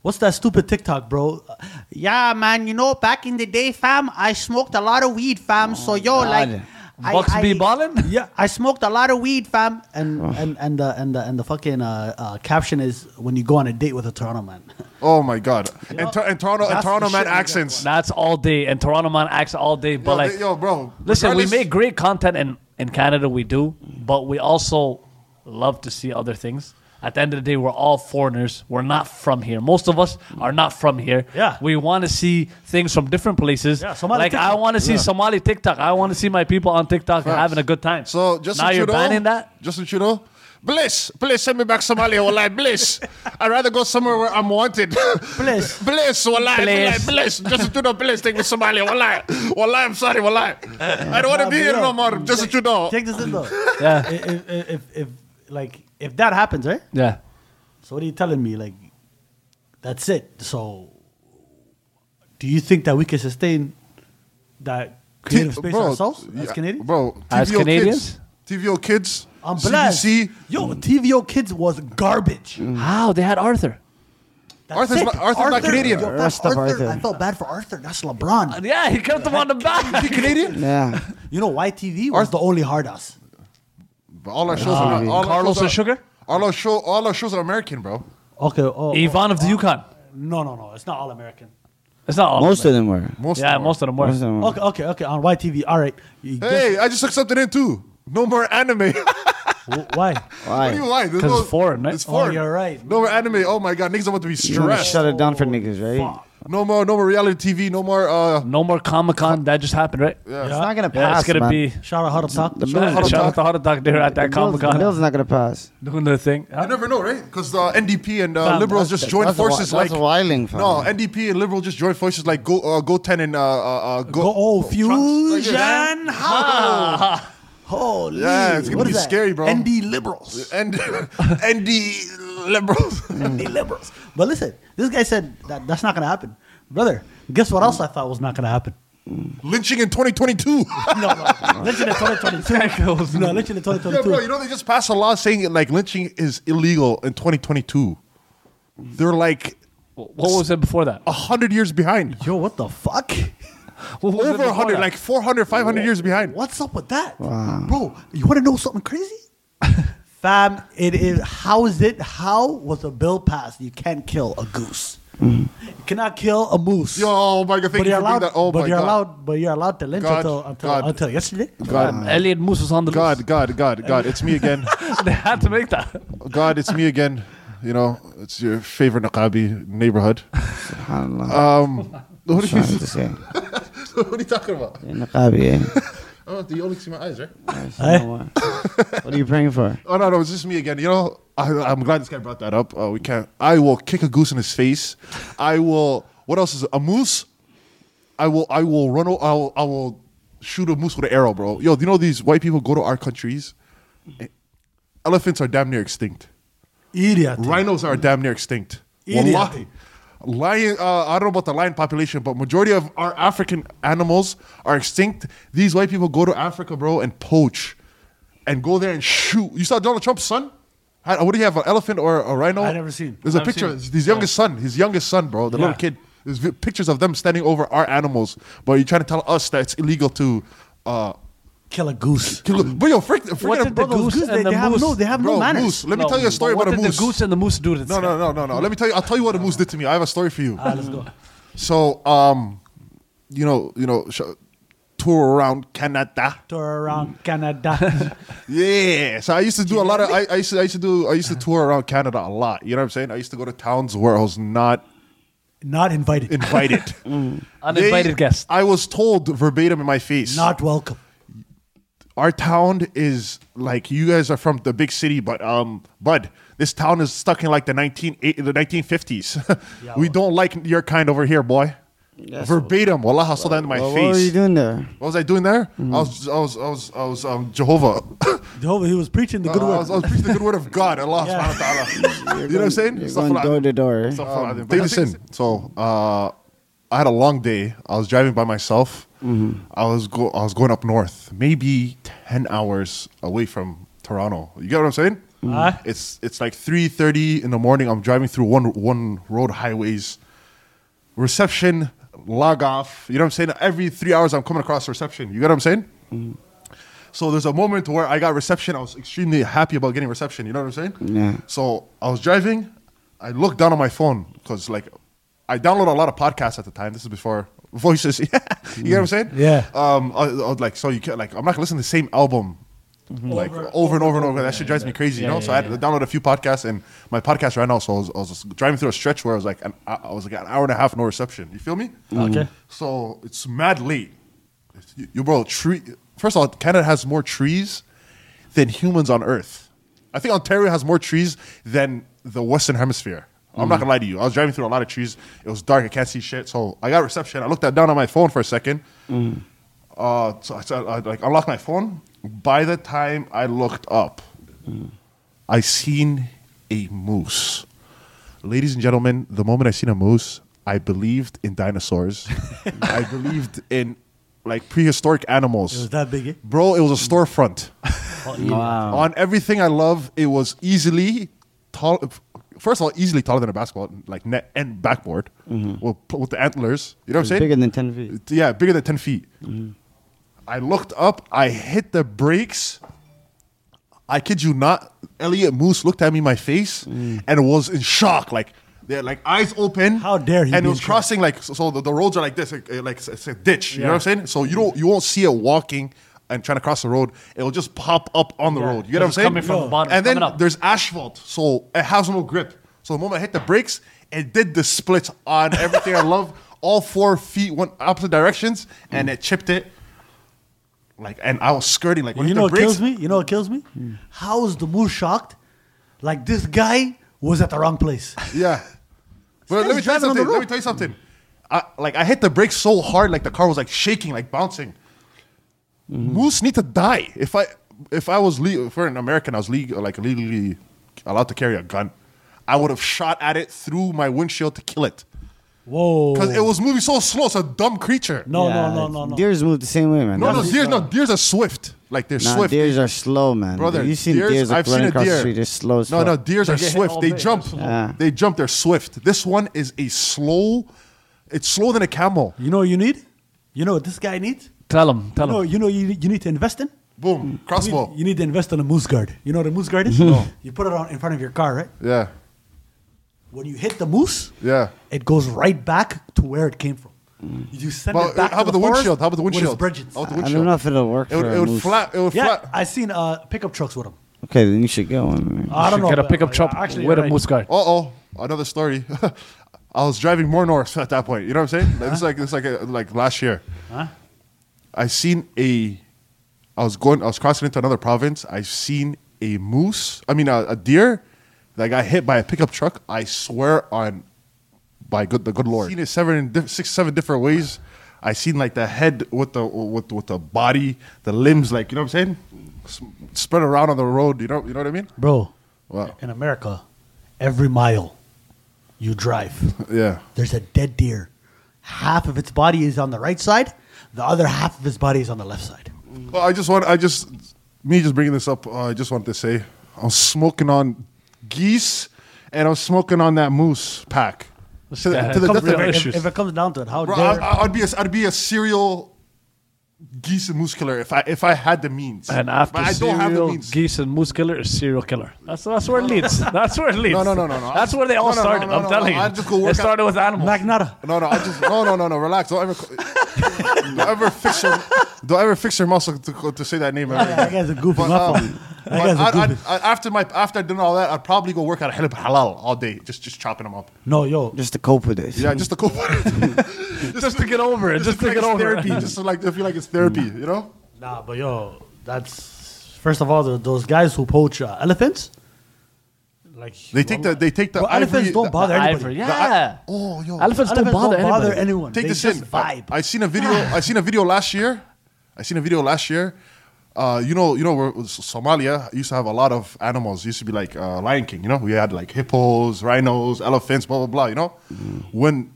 What's that stupid TikTok, bro? Uh, Yeah, man. You know, back in the day, fam, I smoked a lot of weed, fam. so
Oh,
yo, like, I-
Bucks
I-
be ballin'?
Yeah, I smoked a lot of weed, fam. And
Oh.
and and the and the and the fucking uh, uh, caption is when you go on a date with a Toronto man.
Oh my god! and, Tor- and Toronto, and
that's the
Toronto
shit
man
we gotta
accents.
That's all day, and Toronto man acts all day. But
Yo,
like,
they- yo, bro.
listen, we
regardless-
make great content in in Canada. We do, but we also love to see other things. At the end of the day, we're all foreigners. We're not from here. Most of us are not from here.
Yeah.
we want to see things from different places.
Yeah, Somali
like I
TikTok.
want to see Somali TikTok. I want to see my people on TikTok having a good time.
So Justin
now you're
Trudeau,
banning that.
Justin Trudeau, bliss, please send me back Somalia. Wallahi, bliss. I'd rather go somewhere where I'm wanted.
Bliss.
bliss. Wallahi,
Bliss.
bliss. bliss. Justin Trudeau, please take me Somalia. Wallahi, wallahi, I'm sorry. Wallahi, I don't want to be here no more. Justin Trudeau.
Take this in though.
Yeah.
if, if, if if like if that happens, right?
Yeah.
So what are you telling me? Like, that's it. So, do you think that we can sustain that creative space
Bro,
ourselves
yeah,
as Canadians?
bro.
As
TVO kids,
Canadians?
TVO kids.
I'm blessed.
CBC.
Yo, TVO Kids was garbage.
How they had Arthur.
That's
Mm. Arthur's
it.
not- Arthur's not Canadian.
fam,
Rest of Arthur.
I felt bad for Arthur. That's LeBron.
Uh, Yeah, he kept him on the back.
You Canadian?
Yeah.
You know, YTV was the only hard ass.
But all our shows are not. All
Carlos
our
and
shows are,
Sugar?
All our, show, all our shows are American, bro.
Okay. Oh,
Ivan of the Yukon.
no, no, no. It's not all American.
It's not all
Most
them.
of them were.
Most
Yeah,
of them
most
are.
of them were.
Most of them were.
Okay, okay, okay. On YTV. All right. You guess-
Mm. Hey, I just took something in too. No more anime.
Wh- why?
What do you
Why?
like?
'Cause it's foreign, right?
It's
Oh,
foreign.
you're right.
No more anime. Oh my god, niggas about to be
You wanna
stressed.
shut it down for niggas, right?
No more, no more reality TV. No more. Uh,
No more Comic Con. That just happened, right? Yeah,
It's not gonna pass.
it's gonna
man.
be.
Shout out Hard Talk.
The
Shout
bill's-
out to Heart Attack. They were at that
the bill's-
Comic
the bill's
Con
not gonna pass.
doing their thing.
you never know, right? Because the NDP and uh,
Fam,
liberals just joined
That's a wi-
forces. like
that's wilding, fam.
no, NDP and liberal just joined forces. Like go, uh, go ten and uh, uh, uh, go.
Go oh,
Trunks, like
fusion house. Holy,
Yeah, it's gonna
what
be
is that?
scary, bro.
ND liberals,
and ND liberals.
ND liberals. But listen, this guy said that that's not gonna happen, brother. Guess what else I thought was not gonna happen?
Lynching in 2022.
No, no, literally 2022. no,
yeah, bro.
literally
You
2022.
know they just passed a law saying like lynching is illegal in 2022. They're like
What was it before that?
hundred years behind.
Yo, what the fuck?
Over 100, like 400, 500 years behind.
What's up with that, bro? You want to know something crazy? Fam, it is. How is it? How was a bill passed? You can't kill a goose. You cannot kill a moose.
Mm. Yo, oh my god, thank
but
you for
you're allowed.
doing that. Oh
but
my
you're
god.
allowed. But you're allowed to lynch
God,
until until,
God.
until yesterday.
God,
Elliot Moose was on the
God, God, God, God, it's me again.
list. they had to make that.
God, it's me again. You know, it's your favorite Naqabi neighborhood.
I don't know.
uh, What are,
Trying
you,
to say.
what are you talking about?
In the Qabi, eh?
Oh, you only see my eyes, right?
Eh?
What are you praying for?
Oh no, no, it's just me again. You know, I, I'm glad this guy brought that up. Uh, we can't. I will kick a goose in his face. I will. What else is it? a moose? I will. I will run. o- I will. I will shoot a moose with an arrow, bro. Yo, do you know these white people go to our countries? elephants are damn near extinct.
Idiot.
Rhinos are damn near extinct.
Idiot.
Wallahi. Lion, uh, I don't know about the lion population, but majority of our African animals are extinct. These white people go to Africa, bro, and poach, and go there and shoot. You saw Donald Trump's son? Had- What do you have, an elephant or a rhino?
I never seen.
There's a
I've
picture.
seen it.
His youngest son, his youngest son, bro, the
Yeah.
little kid. There's vi- pictures of them standing over our animals, but you're trying to tell us that it's illegal to. Uh,
Kill a goose.
kill, but yo, freak, freaking
What did
bro,
the goose
Those goose,
and
they,
the
they have
moose.
no, they have no
bro,
manners.
moose. Let me tell you a story
what
about a
did
moose.
the goose and the moose do to this
No,
guy?
no, no, no, no. Let me tell you. I'll tell you what a moose did to me. I have a story for you.
Ah, let's go.
So, um, you know, you know, sh- tour around Canada.
Tour around Canada.
Yeah. So I used to do a lot of. I, I used to. I used to do. I used to tour around Canada a lot. You know what I'm saying? I used to go to towns where I was not
Not invited.
invited.
Uninvited
They-
guest.
I was told verbatim in my face.
Not welcome.
our town is like you guys are from the big city, but um, bud, this town is stuck in like the nineteen eight, the nineteen fifties. we don't like your kind over here, boy. verbatim, wallah, I saw that in my
Well,
face.
what were you doing Mm. there?
What was I doing there? I was, I was, I was, I was um, Jehovah.
Jehovah, he was preaching the
Uh, I
good word.
was, I was preaching the good word of God, Allah
Yeah.
subhanahu wa ta'ala. You know what I'm saying?
You're
Stuff
going
like-
door to door. eh?
stuff like that. But listen, so uh, I had a long day. I was driving by myself.
Mm-hmm.
I was go, I was going up north, maybe ten hours away from Toronto. You get what I'm saying?
Huh?
It's it's like three thirty in the morning. I'm driving through one one road highways, reception log off. You know what I'm saying? Every three hours, I'm coming across reception. You get what I'm saying?
Mm.
So there's a moment where I got reception. I was extremely happy about getting reception. You know what I'm saying?
Yeah.
So I was driving. I looked down on my phone because like I downloaded a lot of podcasts at the time. This is before voices. you know what I'm saying?
Yeah.
Um. I, I was like, so you can like I'm not gonna listen to the same album. Like Mm-hmm. over, and over and over, that shit drives me crazy, you know. so I had to download a few podcasts, and my podcast right now. So I was, I was just driving through a stretch where I was like, an, I I was like an hour and a half, no reception. You feel me?
Okay.
So it's mad late. You, you bro, tree. First of all, Canada has more trees than humans on Earth. I think Ontario has more trees than the Western Hemisphere. I'm not gonna lie to you. I was driving through a lot of trees. It was dark. I can't see shit. So I got reception. I looked at down on my phone for a second. Uh, so I, so I like unlocked my phone. By the time I looked up, I seen a moose. Ladies and gentlemen, the moment I seen a moose, I believed in dinosaurs. I believed in like prehistoric animals.
It was that big. eh?
Bro, it was a storefront.
Wow.
On everything I love, it was easily tall. First of all, easily taller than a basketball, like net and backboard. Well, pl- with the antlers, you know what I'm
It's
saying?
bigger than 10 feet.
yeah, bigger than 10 feet.
Mm-hmm.
I looked up, I hit the brakes. I kid you not, Elliot Moose looked at me in my face and was in shock. Like, they had like eyes open.
Mm. How dare he
And
be
it was
in shock.
crossing like so, so the, the roads are like this, like, uh, like it's, it's a ditch. You know what I'm saying? So you don't you won't see it walking and trying to cross the road. It'll just pop up on the road. You get what I'm
it's
saying?
coming from the bottom,
And then
coming up.
there's asphalt, so it has no grip. So the moment I hit the brakes, it did the split on everything I love. All four feet went opposite directions, and it chipped it. Like, and I was skirting. Like, when I
You
hit
know
the
what
brakes,
kills me? You know what kills me?
Hmm.
How is the moose shocked? Like this guy was at the wrong place.
Yeah. But let me
guy's
tell you
driving on the
something. Let
road.
me tell you something. I, like I hit the brakes so hard, like the car was like shaking, like bouncing.
Mm-hmm.
Moose need to die. If I if I was le- if we're an American, I was legal, like legally allowed to carry a gun. I would have shot at it through my windshield to kill it
Whoa.
because it was moving so slow. It's a dumb creature.
Oh. no,
Yeah,
no, no, no, no.
Deers move the same way, man.
no, no,
That's-
deers, no, deers are swift. Like they're
Nah,
swift.
deers are slow, man.
Brother,
you seen deers, like, running across the street? They're slow as
no,
fuck.
no, deers are
get hit
swift.
all
They
day.
jump.
They're slow.
Yeah.
They jump. They're swift. This one is a slow. It's slower than a camel.
You know what you need? You know what this guy needs?
Tell him. Tell
You know,
him.
you know you, you need to invest in?
Boom.
You
Crossbow.
need, Mm. you need to invest in a moose guard. You know what a moose guard is? no. You put it on in front of your car, right?
yeah.
When you hit the moose,
Yeah. Mm.
it goes right back to where it came from. You send
Well,
it back.
how
to
about the
forest
windshield? How about the
with its
windshield?
bridges.
How about the
I
windshield?
don't know if it'll work.
It would,
for
it
a
would
moose.
flat. It would
Yeah,
flat.
I seen uh, pickup trucks with them.
Okay, then you should get one. Man.
I don't
Should
know.
Get a
but-
pickup truck
actually,
with a
right.
moose guard.
Uh oh. Another story. I was driving more north at that point. You know what I'm saying? This is like this is like a, like last year. I seen a. I was going. I was crossing into another province. I seen a moose. I mean, a, a deer that got hit by a pickup truck. I swear on, by good the good Lord. Seen it seven, diff- six, seven different ways. I seen like the head with the with with the body, the limbs, like you know what I'm saying. s- spread around on the road. You know, you know what I mean?
Bro,
Wow.
in America, every mile you drive,
Yeah.
there's a dead deer. Half of its body is on the right side, the other half of its body is on the left side.
Well, I just want, I just, me just bringing this up, uh, I just wanted to say I'm smoking on geese and I'm smoking on that moose pack. To the,
guy
to the
has
death
real
of me.
issues.
If, if it comes down to it, how
Bro,
dare
I, I'd, be a, I'd be a serial geese and moose killer if I, if I had the means.
And after
but I don't
serial
have the means.
geese and moose killer is serial killer. That's that's where it leads. That's where it leads.
No, no, no, no, no.
That's where they
No,
all
no, no,
started.
no,
I'm
no,
telling
no. I
you,
just go work
it started with animals.
Black Nada.
No, no, I just no, no, no, no. Relax. Don't ever, don't ever fix your, don't ever fix your muscle to, co- to say that name ever
That
again.
guy's a goofy.
But,
my fault.
um,
That
but
guy's a
I'd,
goofy.
I'd, I'd, after my after I done all that, I'd probably go work at Halib Halal all day, just just chopping them up.
no, yo.
Just to cope with it.
Yeah, just to cope with it.
just to get over it.
Just
Just to
like
get
it's
over
therapy,
it. Mm.
just to like to feel like it's therapy, you know.
Nah, but yo, that's first of all the, those guys who poach uh, elephants. Like
They take the they take the
Well, elephants
ivory-
don't
the-
bother anybody.
Ivory,
the i-
yeah.
Oh, yo,
Elephants,
Elephants
don't bother, anybody.
anyone.
take
they
this
just
in.
vibe.
I seen a video. I seen a video last year. I seen a video last year. Uh, you know, you know, where Somalia used to have a lot of animals. Used to be like uh, Lion King. You know, we had like hippos, rhinos, elephants, blah blah blah. You know,
Mm.
when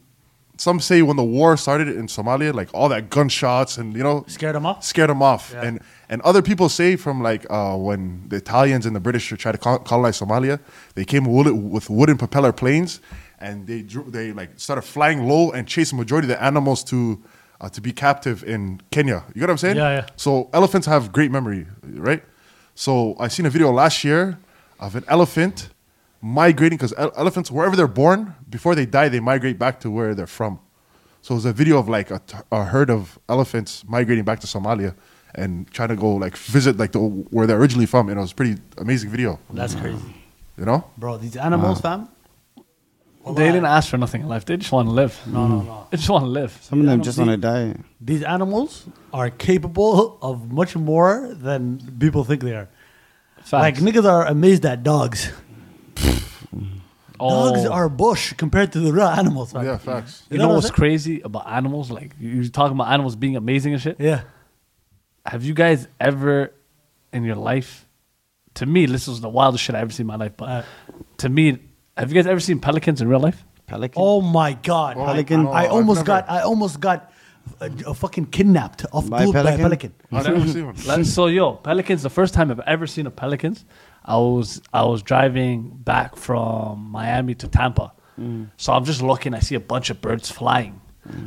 some say when the war started in Somalia, like all that gunshots and you know,
Scared 'em off?
scared them off. And and other people say from like uh, when the Italians and the British tried to col- colonize Somalia, they came wo- with wooden propeller planes, and they drew, they like started flying low and chased majority of the animals to uh, to be captive in Kenya. You get what I'm saying?
Yeah, yeah.
So elephants have great memory, right? So I seen a video last year of an elephant migrating because elephants wherever they're born before they die they migrate back to where they're from. So it was a video of like a, t- a herd of elephants migrating back to Somalia and trying to go like visit like the, where they're originally from, and it was a pretty amazing video.
That's crazy,
You know?
bro. These animals, fam.
They didn't ask for nothing in life. They just want to live.
No, no, no.
They just want to live.
Some of
I
them
don't
just
think-
want to die.
These animals are capable of much more than people think they are.
Facts.
Like niggas are amazed at dogs.
Oh.
Dogs are bush compared to the real animals. fam.
Yeah, facts.
You
know
know
what I'm
what's
saying?
crazy about animals? Like you- you're talking about animals being amazing and shit.
Yeah.
Have you guys ever in your life? To me, this was the wildest shit I ever seen in my life. But
Uh,
to me, have you guys ever seen pelicans in real life?
Pelican.
Oh my god!
Oh,
Pelican.
no,
I
I've
almost
never-
got. I almost got uh, uh, fucking kidnapped off
By a
dude, by a
pelican?
pelican.
I've never seen one.
Like, so yo, pelicans. The first time I've ever seen a pelicans, I was I was driving back from Miami to Tampa. So I'm just looking. I see a bunch of birds flying.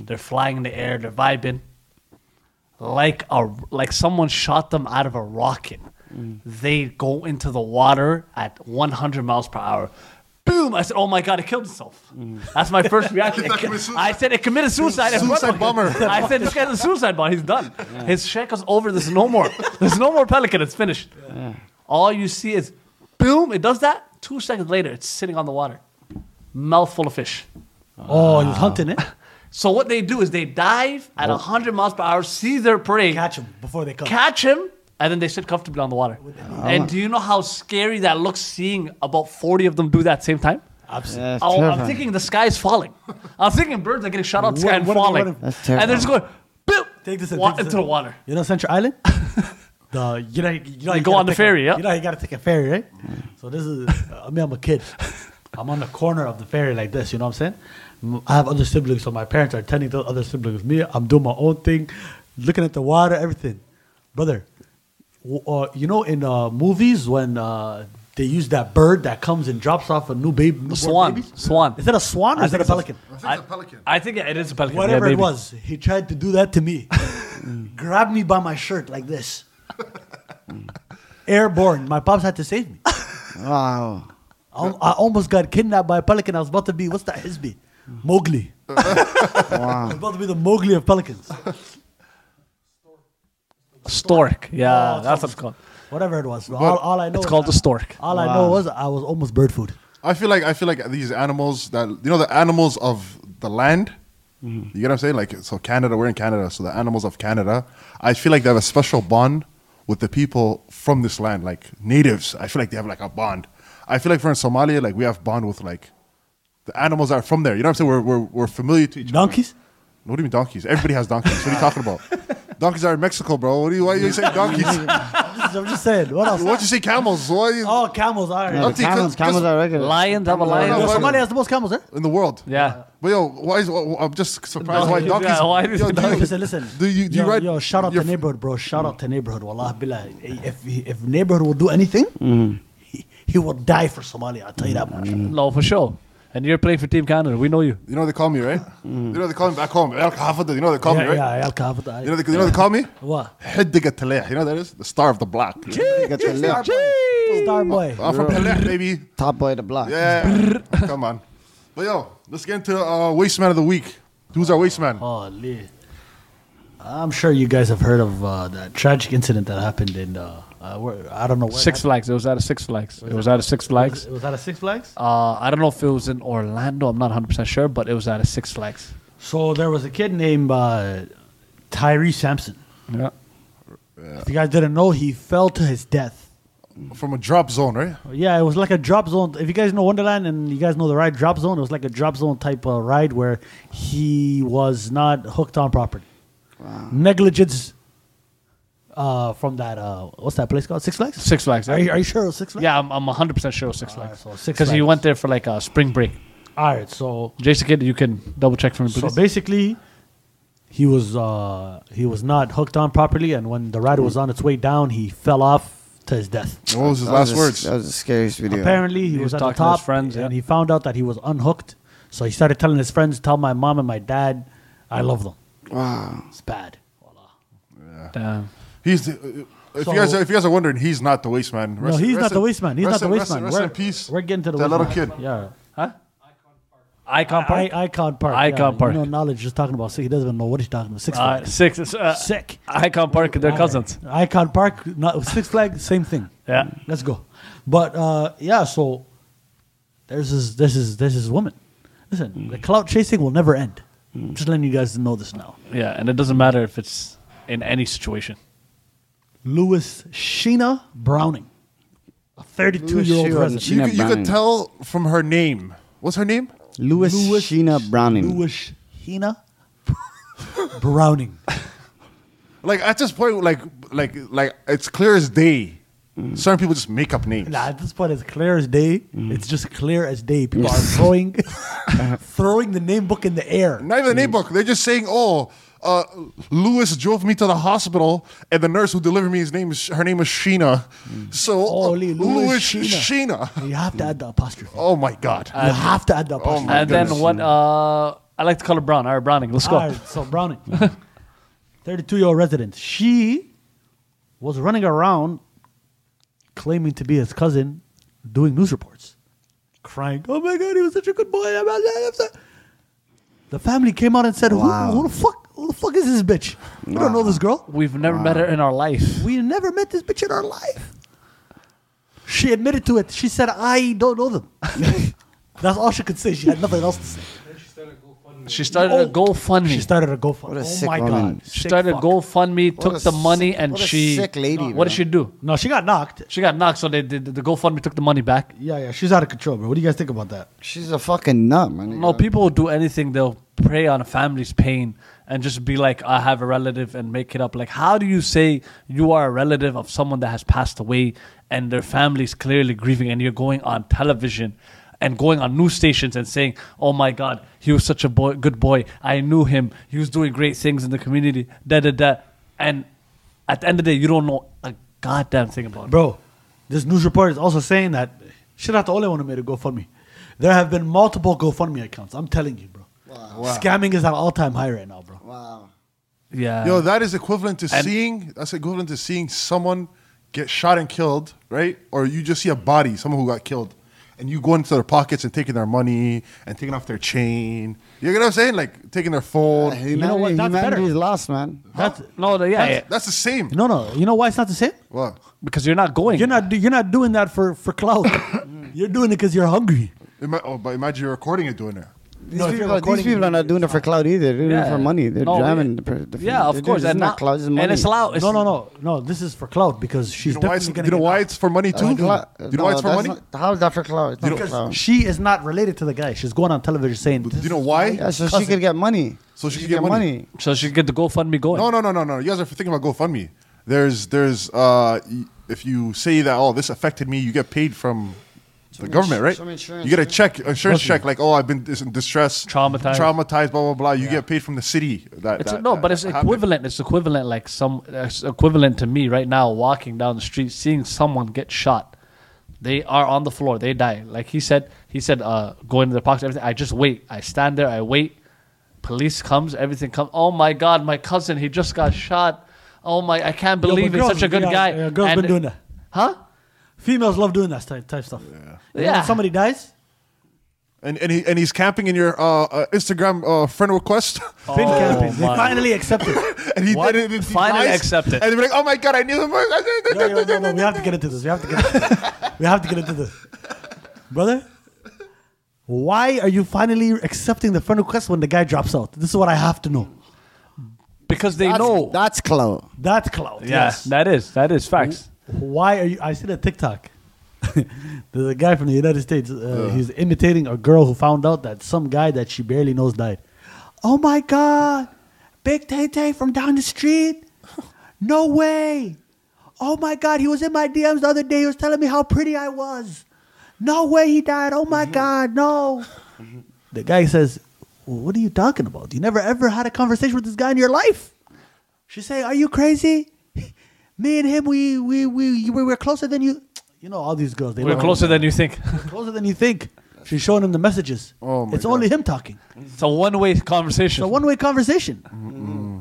They're flying in the air. They're vibing. Like a like someone shot them out of a rocket. They go into the water at 100 miles per hour. Boom! I said, "Oh my god, it killed itself." That's my first reaction. It
committed
ki- I said, "It committed suicide." in front of
Suicide
me."
bomber.
I said, this guy's a suicide bomber. He's done. His shackle's over. There's no more. There's no more pelican. It's finished. All you see is, boom, it does that. Two seconds later, it's sitting on the water. Mouthful of fish.
Oh, he was hunting it.
So what they do is they dive at 100 miles per hour, see their prey,
Catch him before they come.
catch him, and then they sit comfortably on the water. And do you know how scary that looks seeing about 40 of them do that same time?
Absolutely.
Yeah, it's
Oh, I'm
terrifying.
thinking the sky is falling. I'm thinking birds are getting shot out the sky
What-
and
what are they- what
falling.
are-
That's
and they're just going, boop,
Take this in,
wa-
take this
into
in.
the water.
You know Central Island? the you know you, know,
You go
gotta
on the
take
ferry,
a,
yeah.
You know you gotta take a ferry, right? So this is I mean I'm a kid. I'm on the corner of the ferry like this. You know what I'm saying? M- I have other siblings, so my parents are tending to other siblings. Me, I'm doing my own thing, looking at the water, everything. Brother, w- uh, you know in uh, movies when uh, they use that bird that comes and drops off a new baby, newborn
swan.
babies?
Swan.
Is that a swan or
I
is
think
that a
it's a-
pelican?
I, I think it is a pelican.
whatever
yeah,
it
maybe.
was, he tried to do that to me. Grabbed me by my shirt like this. Airborne. My pops had to save me.
Wow.
I, I almost got kidnapped by a pelican. I was about to be, what's that, Hizbi? Mowgli. I was
Wow.
about to be the Mowgli of pelicans.
Stork. Yeah,
Oh,
that's what it's called.
Whatever it was. All, all I know
It's
is
called
I-
the stork.
All I know was I was almost bird food.
I feel like I feel like these animals that you know the animals of the land. You get what I'm saying? Like so, Canada. We're in Canada, so the animals of Canada. I feel like they have a special bond with the people from this land, like natives. I feel like they have like a bond. I feel like for in Somalia, like we have bond with like the animals that are from there. You know what I'm saying? We're we're, we're familiar to each other.
Donkeys?
What do you mean donkeys? Everybody has donkeys. What are you talking about? Donkeys are in Mexico, bro. What do you? Why you saying donkeys?
I'm just saying. What else?
What you say camels? Why you,
Oh, camels. All
No,
right.
the
Auntie, cause- cause-
camels, camels are regular.
Lions have a
no,
Yo,
why-
lion.
Somalia has the most camels, eh?
in the world?
Yeah.
But yo, why is? wh- wh- I'm just surprised why
Donkeys,
donkeys.
yeah, why is
yo,
it
do you-
donkeys?
Listen, listen.
Do you- do you
yo,
write
yo, shout out
your
to
f-
neighborhood, bro. Shout out to neighborhood. Wallah, billah. If, if neighborhood will do anything,
Mm-hmm.
he, he will die for Somalia. I'll tell you that much.
No, for sure. And you're playing for Team Canada. We know you.
You know what they call me, right?
Mm.
You know what they call me back home. El Khafada, You know what they call
Yeah,
me, right?
yeah, I'll cover that.
You know, they, you know what they call me?
What?
Hiddiga Taleh. You know what that is? The star of the block.
Got the
Star
lip.
boy. Star boy.
I'm from Taleh, baby.
Top boy of the block.
Yeah. Come on. But yo, let's get into uh, waste man of the week. Who's our waste man?
Holy. I'm sure you guys have heard of uh, that tragic incident that happened in uh, uh, where, I don't know where.
Six
it
Flags. It was out of Six Flags. It was out of Six
happened.
Flags.
Was, was that a Six Flags?
Uh, I don't know if it was in Orlando. I'm not 100% sure, but it was out of Six Flags.
So there was a kid named uh, Tyree Sampson.
Yeah.
If you guys didn't know, he fell to his death. Uh-huh.
From a drop zone, right?
Yeah, it was like a drop zone. If you guys know Wonderland and you guys know the ride Drop Zone, it was like a drop zone type uh, ride where he was not hooked on properly. Negligence uh, from that, uh, what's that place called? Six Flags?
Six Flags.
Are you, are you sure it was Six Flags?
Yeah, I'm, I'm 100% sure it was Six
All right,
Flags.
so Six
Because he
Flags.
went there for like a spring break.
All right, so
Jason Kidd, you can double check for me,
so
please.
basically, he was uh, he was not hooked on properly, and when the ride was on its way down, he fell off to his death.
What was his
That
last
was a-
words?
That was the scariest video.
Apparently, he,
He was
was, at the
talking to his
top,
friends,
and
yeah.
he found out that he was unhooked. So he started telling his friends, "Tell my mom and my dad, I love them."
Wow.
It's bad. Voila.
Damn.
He's. The, uh, if
So-
you guys, if you guys are wondering, he's not the waste man.
No,
Rest-
he's
rest
not the
in-
waste man. He's
rest
not the
in-
waste
rest in-
man.
Rest
we're,
in peace.
We're getting to the
That
waste
little
man.
kid.
Yeah.
Icon
I,
Park?
Icon Park.
Icon
yeah.
Park.
You know, knowledge just talking about. So he doesn't even know what he's talking about. Six
Uh,
Flags.
six. it's, Uh,
Sick.
Icon Park, they're cousins.
Icon Park, not Six Flags, same thing.
Yeah.
let's go. But uh, yeah, so there's this, this is this is woman. Listen, the clout chasing will never end.
Mm.
Just letting you guys know this now.
Yeah, and it doesn't matter if it's in any situation.
Lewis Sheena Browning, a 32 year old
Sheena-
You,
Sheena-
resident.
could, you could
Browning.
tell from her name. What's her name?
Louis, Sheena Browning.
Lewis Sheena Browning.
Like at this point, like like like it's clear as day. Certain people just make up names.
Nah, at this point, it's clear as day.
Mm.
It's just clear as day. People are throwing, throwing the name book in the air.
Not even the name book. They're just saying, "Oh, uh, Lewis drove me to the hospital, and the nurse who delivered me, his name is her name is Sheena." So uh,
Holy Lewis Sheena.
Sheena.
You have to add the apostrophe.
Oh my God!
you have to add
Oh
the apostrophe.
my
and then what? Uh, I like to call her Brown. All right, Browning. Let's go.
All right, so Browning, 32 year old resident, she was running around claiming to be his cousin, doing news reports, crying, "Oh my God, he was such a good boy!" I'm- I'm- I'm so-" The family came out and said,
Wow.
who, "Who the fuck? Who the fuck is this bitch? We don't know this girl.
We've never met her in our life.
We never met this bitch in our life." She admitted to it. She said, "I don't know them." That's all she could say. She had nothing else to say.
She started a
Oh.
GoFundMe.
She
She,
started a GoFundMe.
What a
oh
sick
my
woman.
god! Sick
started a
fuck.
GoFundMe,
a
took the money,
sick-
and
what a
she.
sick lady,
what
bro.
did she do?
No, she got knocked.
She got knocked, so they did the GoFundMe took the money back.
Yeah, yeah, she's out of control, bro. What do you guys think about that?
She's a fucking nut, man.
No, people will do anything. They'll prey on a family's pain and just be like, I have a relative and make it up. Like, how do you say you are a relative of someone that has passed away and their family's clearly grieving and you're going on television and going on news stations and saying, oh my God, he was such a boy, good boy. I knew him. He was doing great things in the community. Da, da, da. And at the end of the day, you don't know a goddamn thing about it.
Bro, this news report is also saying that she's not the only one who made a GoFundMe. There have been multiple GoFundMe accounts. I'm telling you, bro. Scamming is at all time high right now, bro.
Wow.
Yeah.
Yo, that is equivalent to
And-
seeing. That's equivalent to seeing someone get shot and killed, right? Or you just see a body, someone who got killed, and you go into their pockets and taking their money and taking off their chain. You get what I'm saying? Like taking their phone.
Humanity,
know what? That's
humanity
better.
is lost, man.
That's,
no, the- yeah, yeah.
That's the same.
no, no. You know why it's not the same?
What?
Because you're not going.
You're not. do- You're not
Mm.
doing that for for clout. you're doing it because you're hungry.
Ima- oh, but imagine you're recording it doing that.
These,
No, if you're
people, these
recording-
people are not doing it for cloud either. They're doing it
Yeah.
for money. They're
No,
jamming.
yeah.
the- the-
Yeah,
they're
of
doing-
course.
This
And
is not
not-
cloud. This is money.
And it's loud. It's
No, no, no, no. This is for cloud because she's
Oh, You know why it's,
definitely
you
going
know why it's for money
Uh,
too?
cla-
Do you know why
no,
it's for
that's
money?
not- how is that for cloud? It's not
know-
cloud.
She is not related to the guy. She's going on television saying.
Do
This
you know why?
Yeah, so she
cousin.
could get money.
So she could get money.
So she get the GoFundMe going.
No, no, no, no, no. You guys are thinking about GoFundMe. There's, there's, uh, y- if you say that, oh, this affected me, you get paid from the government, right?
some insurance,
you get a
right?
check, insurance check, like, oh, I've been dis- in distress,
Traumatized.
traumatized, blah blah blah. You get paid from the city. That,
It's
that-
no,
that
but it's
happened.
equivalent. It's equivalent, like some it's equivalent to me right now walking down the street, seeing someone get shot. They are on the floor. They die. Like he said, he said, uh, go into their pockets. Everything. I just wait. I stand there. I wait. Police comes. Everything comes. Oh my God, my cousin. He just got shot. Oh my! I can't
but
believe it's
girls-
such a good
yeah,
guy.
yeah, uh, girls
And-
been doing that.
huh?
Females love doing that type, type stuff. Yeah.
Yeah.
somebody dies.
And and, he, and he's camping in your uh, uh, Instagram uh, friend request,
Been camping. They
Oh my.
finally accepted.
and he
What?
did it.
Finally accept
accepted.
it.
And they're like, oh my god, I knew him.
no, no, no, no, we have to get into this. We have to get into this. We have to get into this. Brother, why are you finally accepting the friend request when the guy drops out? This is what I have to know.
Because they know.
That's clout.
That's clout.
yeah, that is that is facts.
Why are you? I see the TikTok. There's a guy from the United States. Uh, He's imitating a girl who found out that some guy that she barely knows died. Oh my God. Big Tay Tay from down the street. No way. Oh my God. He was in my DMs the other day. He was telling me how pretty I was. No way he died. Oh
Mm-hmm.
my God. No. The guy says, What are you talking about? You never ever had a conversation with this guy in your life. She's saying, "Are you crazy? Me and him, we we we we were closer than you. You know, all these girls, they
We're
love-
closer than you think.
closer than you think." She's showing him the messages.
Oh my
it's
God.
only him talking.
it's a one-way conversation.
It's a one-way conversation.
Mm-hmm.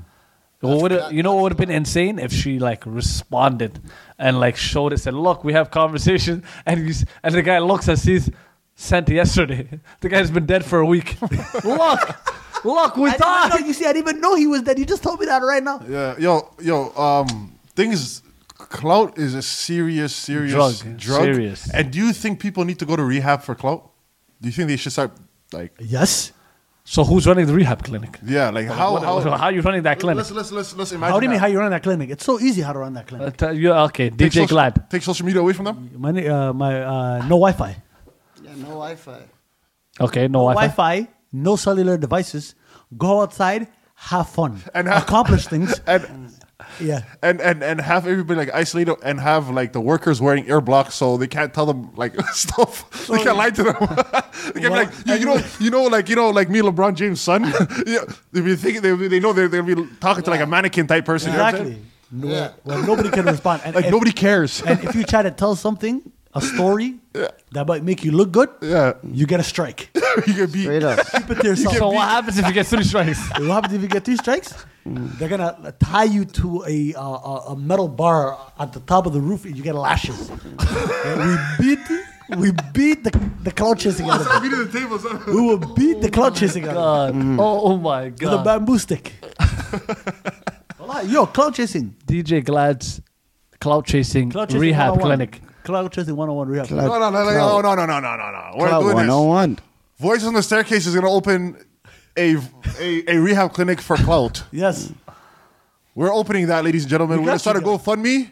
Well, would you know what would have been insane if she like responded and like showed it said, "Look, we have conversation," and you, s- and the guy looks and sees sent yesterday. The guy's been dead for a week. look, look, we
I didn't
talked.
even know, you see, I didn't even know he was dead. You just told me that right now.
Yeah, yo, yo, um, things. Clout is a serious, serious
Drug,
drug.
serious.
And do you think people need to go to rehab for clout? Do you think they should start like,
Yes.
So who's running the rehab clinic?
yeah, like how
What-
how,
how are you running that clinic?
Let's let's let's let's imagine.
How do you mean
that.
how you run that clinic? It's so easy how to run that
Uh,
clinic.
t- you- okay,
Take
DJ
social-
Glad.
Take social media away from them.
My na- uh, my uh, no Wi-Fi.
Yeah, no Wi-Fi.
Okay, no Wi-Fi.
Wi-Fi, no cellular devices. Go outside, have fun,
And have-
accomplish things.
And
Yeah.
and and and have everybody like isolated and have like the workers wearing ear blocks so they can't tell them like stuff. they can't lie to them. they can like you, you know you know like you know like me LeBron James son. yeah, they be thinking they, they know they're they'll be talking to like a mannequin type person. you know what I'm
Exactly.
saying?
No, Well, nobody can respond. And
Like
if-
nobody cares.
and if you try to tell something, a story that might make you look good,
yeah,
you get a strike. Keep
you get beat.
Straight up.
it to yourself.
So what happens if you get three strikes?
what happens if you get three strikes? They're gonna tie you to a uh, a a metal bar at the top of the roof, and you get lashes. Yeah, we beat we beat the the cloud chasing out of
Beat
them.
to the table, son.
We will beat the cloud chasing out of them
God. Oh my
with a
God.
bamboo stick. Wallah, Yo, cloud chasing,
DJ Glad's cloud chasing, oh
cloud chasing
rehab
101.
clinic.
cloud chasing 101 rehab.
Cloud-
No, no, no, no,
Clout.
no, no, no, no, no, no. We're
Cloud
doing this.
101.
Voices on the staircase is gonna open a a, a rehab clinic for clout.
Yes,
We're opening that, ladies and gentlemen.
We
We're gonna
got
start a
you guys.
GoFundMe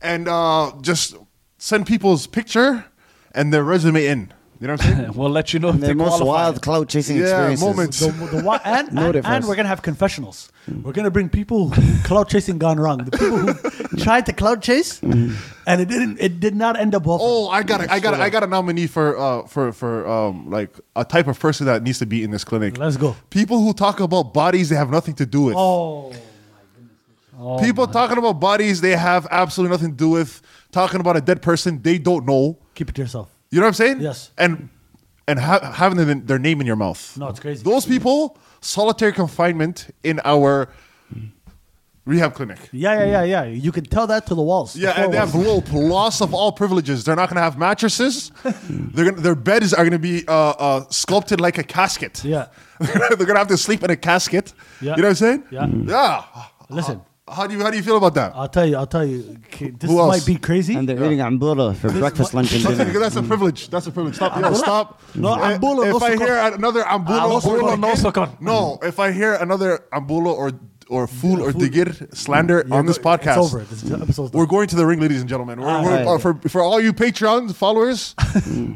and uh, just send people's picture and their resume in. You know what I'm saying?
We'll let you know if
The
they
most
qualify.
wild cloud chasing
yeah,
experiences.
moments.
the, the wa- and,
No
and,
difference.
and we're gonna have confessionals. We're gonna bring people who cloud chasing gone wrong. The people who tried to cloud chase and it didn't. It did not end up well. for
Oh, I got a, I got a, I got a nominee for uh for for um like a type of person that needs to be in this clinic.
them. Let's go.
People who talk about bodies they have nothing to do with.
Oh,
People talking about bodies they have absolutely nothing to do with. Talking about a dead person they don't know.
keep it to yourself.
You know what I'm saying?
Yes.
And and ha- having them in- their name in your mouth.
No, it's crazy.
Those people solitary confinement in our rehab clinic.
Yeah, yeah, yeah, yeah. You can tell that to the walls.
Yeah,
the
and they
four
have
walls.
lo- loss of all privileges. They're not gonna have mattresses. They're gonna, their beds are gonna be uh, uh, sculpted like a casket.
Yeah.
they're gonna have to sleep in a casket.
Yeah.
You know what I'm saying?
Yeah.
Yeah.
Listen,
How do you how do you feel about that?
I'll tell you. I'll tell you. okay, This
Who else?
might be crazy.
And they're eating ambura for breakfast, lunch, and
That's,
dinner.
a, that's a privilege. That's a privilege. Stop. Yo,
Ambula?
stop.
No,
I-
Ambula
If
no
I
socon.
hear another ambulo,
Ambula no socon.
no. If I hear another ambulo or or fool or digir slander
Yeah,
on this
go-
podcast,
It's over. This episode's done.
We're going to the ring, ladies and gentlemen. We're,
Ah, Hmm.
we're,
right.
uh, for, for all you Patreon followers,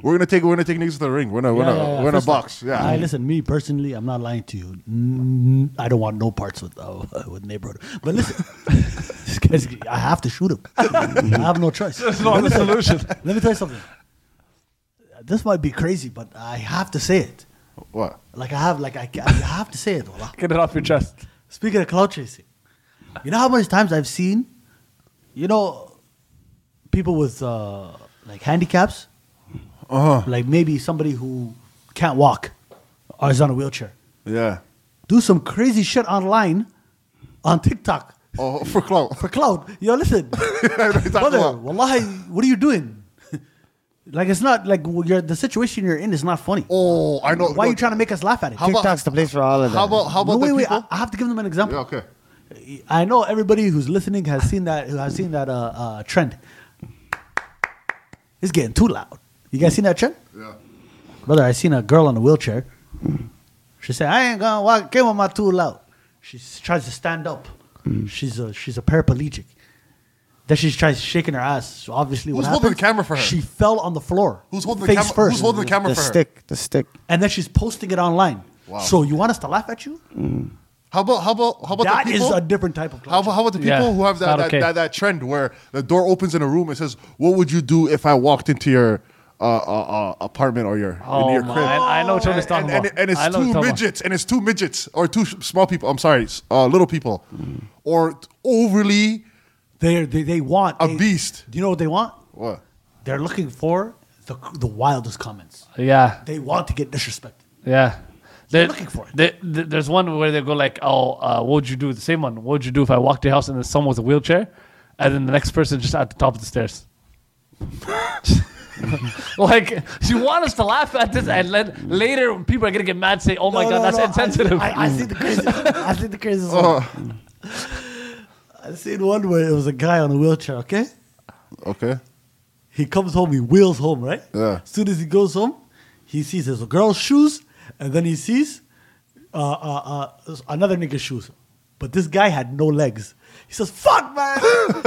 we're gonna take we're gonna take niggas to the ring. We're gonna we're
Yeah,
gonna,
yeah, yeah.
We're gonna
First off,
box. Yeah.
I listen. Me personally, I'm not lying to you. N- I don't want no parts with uh, with neighborhood. But listen, this guy's, I have to shoot him. I have no choice.
That's not the solution.
Let me tell you something. This might be crazy, but I have to say it.
What?
Like I have, like I, ca- I have to say it. Wallah.
Get it off your chest.
Speaking of cloud chasing, you know how many times I've seen, you know, people with uh, like handicaps,
Uh-huh.
like maybe somebody who can't walk or is on a wheelchair,
Yeah.
do some crazy shit online on TikTok
Oh, for clout.
for cloud. Yo, listen, brother, wallahi, what are you doing? like it's not like you're, the situation you're in is not funny.
oh, I know.
Why are
no,
you trying to make us laugh at it?
How about-
TikTok's the place for all of that.
How about how about
no, wait,
the
wait.
people?
I, I have to give them an example.
yeah. Okay.
I know everybody who's listening has seen that who has seen that uh, uh, trend. It's getting too loud. You guys seen that trend,
Yeah.
brother? I seen a girl on a wheelchair. She said, "I ain't gonna walk in with my too loud." She s- tries to stand up. She's a she's a paraplegic. Then she tries shaking her ass. So obviously, what
Who's holding the
happens?
camera for her?
She fell on the floor.
Who's holding the
face
camera?
First.
Who's holding the camera
the
for her?
stick? The stick.
and then she's posting it online.
Wow.
So you want us to laugh at you?
How about how about how about
That
the
is
people?
a different type of.
how about, how about the people
Yeah,
who have that
not
that,
okay.
that that trend where the door opens in a room and says, "What would you do if I walked into your uh, uh, uh, apartment or your
Oh,
into your
my-
crib?"
I I know what you're
and,
talking
and-
about.
and it's
I know what
two
you're talking about.
midgets, and it's two midgets or two sh- small people. I'm sorry, s- uh, little people,
Mm.
or t- overly
They they they want
a
they-
beast.
Do you know what they want?
What?
They're looking for the, the wildest comments.
Yeah.
They want to get disrespected.
Yeah. They-
They're looking for it.
they- they- there's one where they go like, "Oh, uh, what would you do?" The same one. What would you do if I walked to your house and then someone with a wheelchair, and then the next person just at the top of the stairs? like you want us to laugh at this, and then later when people are gonna get mad, say, "Oh my
No,
god,
no,
that's
no,
insensitive."
I, I, I see the crazy. I see the
Oh.
crazy.
Oh.
one.
Uh,
I seen one where it was a guy on a wheelchair. Okay,
Okay.
he comes home. He wheels home. Right.
Yeah.
As soon as he goes home, he sees his girl's shoes, and then he sees uh, uh, uh, another nigga's shoes. But this guy had no legs. He says, "Fuck, man,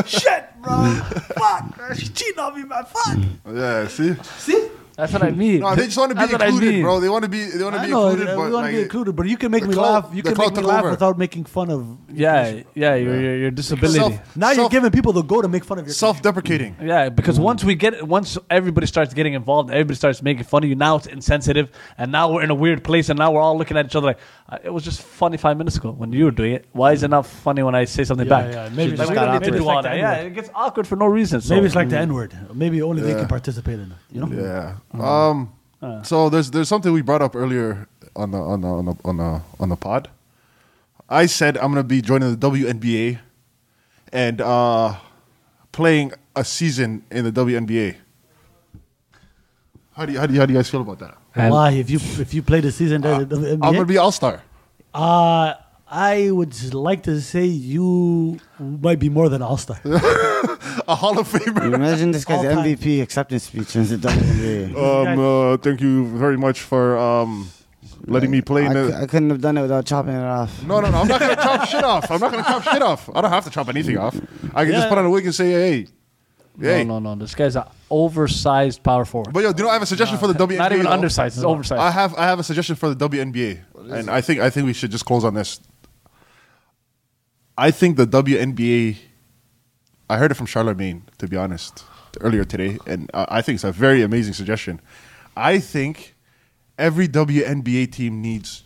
shit, bro, fuck, man, she cheating on me, man, fuck."
Yeah. See.
See.
that's what I mean.
No, they just want to be
That's what I
included,
mean.
bro. They want to be. They want to
I
be
know,
included,
uh,
but
we want
like,
to be included, but you can make
the
me
cloud-
laugh. You
the
can
cloud
make me
took
laugh
over.
without making fun of.
Yeah, yeah, your your, your disability.
Self-
Now you're
self-
giving people the go to make fun of your.
self-deprecating.
Yeah, because once we get once everybody starts getting involved, everybody starts making fun of you. Now it's insensitive, and now we're in a weird place, and now we're all looking at each other like "Uh, it was just funny five minutes ago when you were doing it. Why is it not funny when I say something
Yeah,
back?
yeah, maybe
Like,
it's
we
got
don't need to
awkward.
do all that.
Maybe it's
Yeah,
like
it gets awkward for no reason. So.
Maybe it's like the N word. Maybe only they can participate in it. You know.
Mm. Yeah. Um. So there's there's something we brought up earlier on the on the on the on the, on the pod. I said I'm gonna be joining the WNBA, and uh, playing a season in the WNBA. How do you, how do you, how do you guys feel about that?
And-
Why, if you if you play the season, there, the NBA,
I'm gonna be all star.
uh, I would like to say you might be more than all star.
A Hall of
You
Famer.
imagine this guy's
All time.
MVP acceptance speech in the E. WWE.
Um, uh, thank you very much for um, letting me play.
I,
In
cou-
the-
I couldn't have done it without chopping it off.
no, no, no! I'm not gonna chop shit off. I'm not gonna chop shit off. I don't have to chop anything off. I can just
Yeah.
put on a wig and say, "Hey, hey."
no, no, no. This guy's an oversized power forward.
But yo, do you know I have a suggestion for the WNBA?
not even
though?
undersized. It's oversized.
I have I have a suggestion for the WNBA, and I think I think we should just close on this. I think the WNBA. I heard it from Charlemagne, to be honest, earlier today, and I I think it's a very amazing suggestion. I think every WNBA team needs.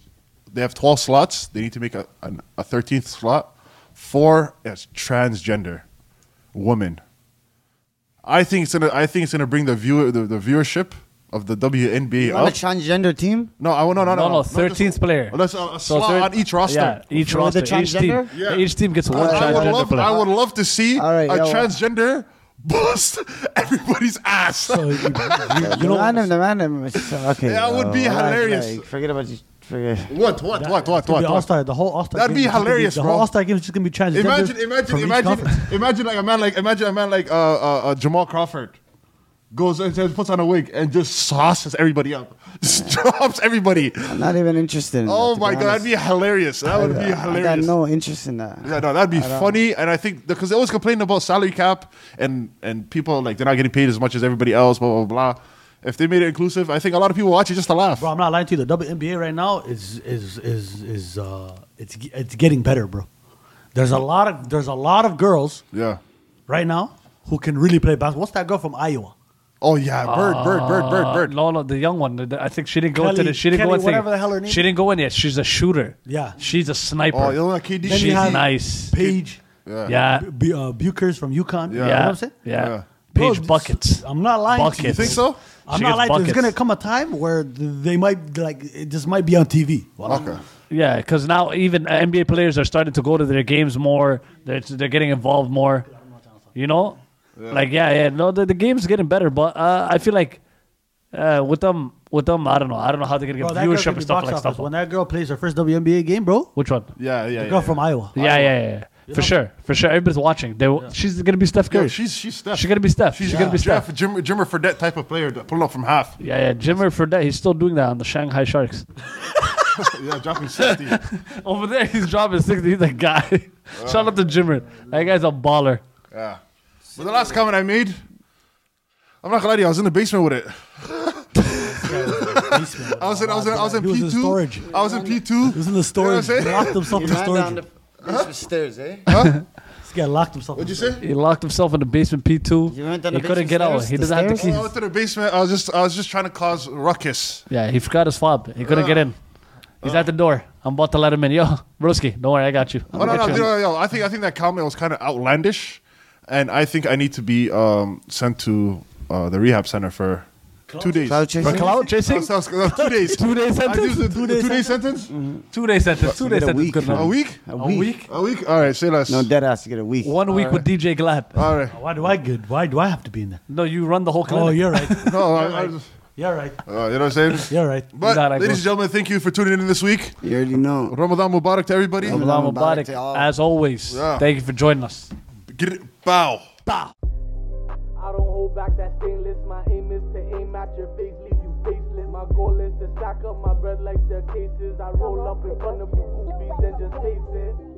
They have twelve slots. They need to make a an, a thirteenth slot for as transgender woman. I think it's gonna. I think it's gonna bring the viewer the, the viewership of the WNBA
On a
up.
transgender team?
no, I no no no
no, no,
just-
thirteenth player.
That's a, a slot
thir-
on each roster.
Yeah, each
For the
roster, each team,
transgender?
Yeah.
each team gets one
I would
transgender
love.
player.
I would love to see
All right,
a
yeah, well-
transgender bust everybodydy's ass.
So you, you, you
the
know,
random, the random. it's- uh, Okay.
That would be
all right,
hilarious.
like, forget about you. Forget-
What, what, what, what,
It'll
what?
be All
what?
Star. The whole All Star.
That'd be hilarious,
The
bro.
whole All Star game is just gonna be transgendered.
Imagine, imagine,
from each
imagine,
conference.
imagine like a man like imagine a man like uh, uh, uh, Jamal Crawford goes and says, puts on a wig and just sauces everybody up, just drops everybody.
I'm not even interested. In
Oh
that, to
my
be
god, that'd
honest.
be hilarious. That would be
I got
hilarious.
no interest in that.
Yeah, no, that'd be funny, and I think because they always complain about salary cap and and people like they're not getting paid as much as everybody else, blah blah blah. If they made it inclusive, I think a lot of people watch it just to laugh.
Bro, I'm not lying to you. The WNBA right now is is is is uh it's ge- it's getting better, bro. There's a lot of there's a lot of girls
Yeah.
right now who can really play basketball. What's that girl from Iowa?
Oh yeah, bird, bird, bird, bird, bird.
No, no, Uh, the young one. the- the- I think she didn't go into
Kelly-
the. She didn't
Kelly,
go into
whatever the hell her name
She didn't go in yet. She's a shooter.
Yeah.
she's a sniper.
Oh, you know that KD?
Then you
she's
have-
nice.
Paige
Yeah.
Yeah,
B- B- uh, Buchers from UConn. You know
yeah,
what I'm saying?
Yeah.
yeah.
Bro,
Paige
it's-
buckets.
I'm not lying. to you.
You think so?
I'm
She
not
gets
lying. to you. There's
buckets.
gonna come a time where th- they might like it just might be on TV. Well,
Okay.
Yeah, because now even NBA players are starting to go to their games more. They're they're getting involved more. You know, like yeah, yeah. No, the, the game's getting better, but uh, I feel like uh, with them, with them, I don't know. I don't know how they're gonna get
Bro, that girl
viewership
could be
and stuff
box
like
office.
stuff.
When that girl plays her first WNBA game, bro,
Which one?
Yeah, yeah.
the
yeah,
girl
yeah.
from Iowa.
Yeah, yeah, yeah. yeah. For sure, for sure. Everybody's watching. They, She's gonna be Steph Curry.
Yo, she's she's Steph.
She's gonna be Steph. She's gonna be
Jeff,
Steph.
Jimmer, Jimmer for that type of player that pull up from half.
Yeah, yeah. Jimmer Fredette, he's still doing that on the Shanghai Sharks.
yeah, dropping 60.
Over there, he's dropping 60. He's a guy. Shout out to Jimmer. That guy's a baller.
Yeah. But the last comment I made, I'm not gonna lie to you, I was in the basement with it. I was in, I was in, I was in
He was
P2.
in storage.
I was in P2.
This is the storage.
You know what I'm saying?
He locked himself in the storage. room.
stairs, eh?
This guy locked himself.
What'd you say?
He locked himself in the basement P2.
You went on
he
the
couldn't
basement
get out.
stairs?
He
The
doesn't have the
stairs?
I
keys.
went Oh, to the basement. I was just, I was just trying to cause ruckus.
Yeah, he forgot his fob. He couldn't
Uh,
get in. He's at the door. I'm about to let him in. Yo, Broski, don't worry, I got you. I'm
Oh, no,
gonna
no,
get
no,
you.
no, no. I think, I think that comment was kind of outlandish, and I think I need to be um, sent to uh, the rehab center for two days.
Cloud chasing?
For clout chasing?
That was- that was two days.
Two day
I
sentence?
used the two day sentence.
Two day sentence. Two day
Wait a
sentence.
week,
Good
bro.
A
enough.
week.
A
A
week.
week?
A week? All right, say less.
No, dead ass. You get a week.
One week with DJ Glad.
All right.
Why do I get? Why do I have to be in there?
No, you run the whole clinic.
Oh, you're right.
No, I, I, was-
You're right.
uh, you know what I'm saying?
You're right.
But,
Nah, like
ladies
what-
and gentlemen, thank you for tuning in this week.
You already know.
Ramadan Mubarak to everybody.
Ramadan
Mubarak
Mubarak,
to all.
as always.
Yeah.
Thank you for joining us.
Get it. Bow.
I don't hold back that stainless. My aim is to aim at your face, leave you faceless. My goal is to stack up my bread like staircases. I roll up in front of you goofies and just face it.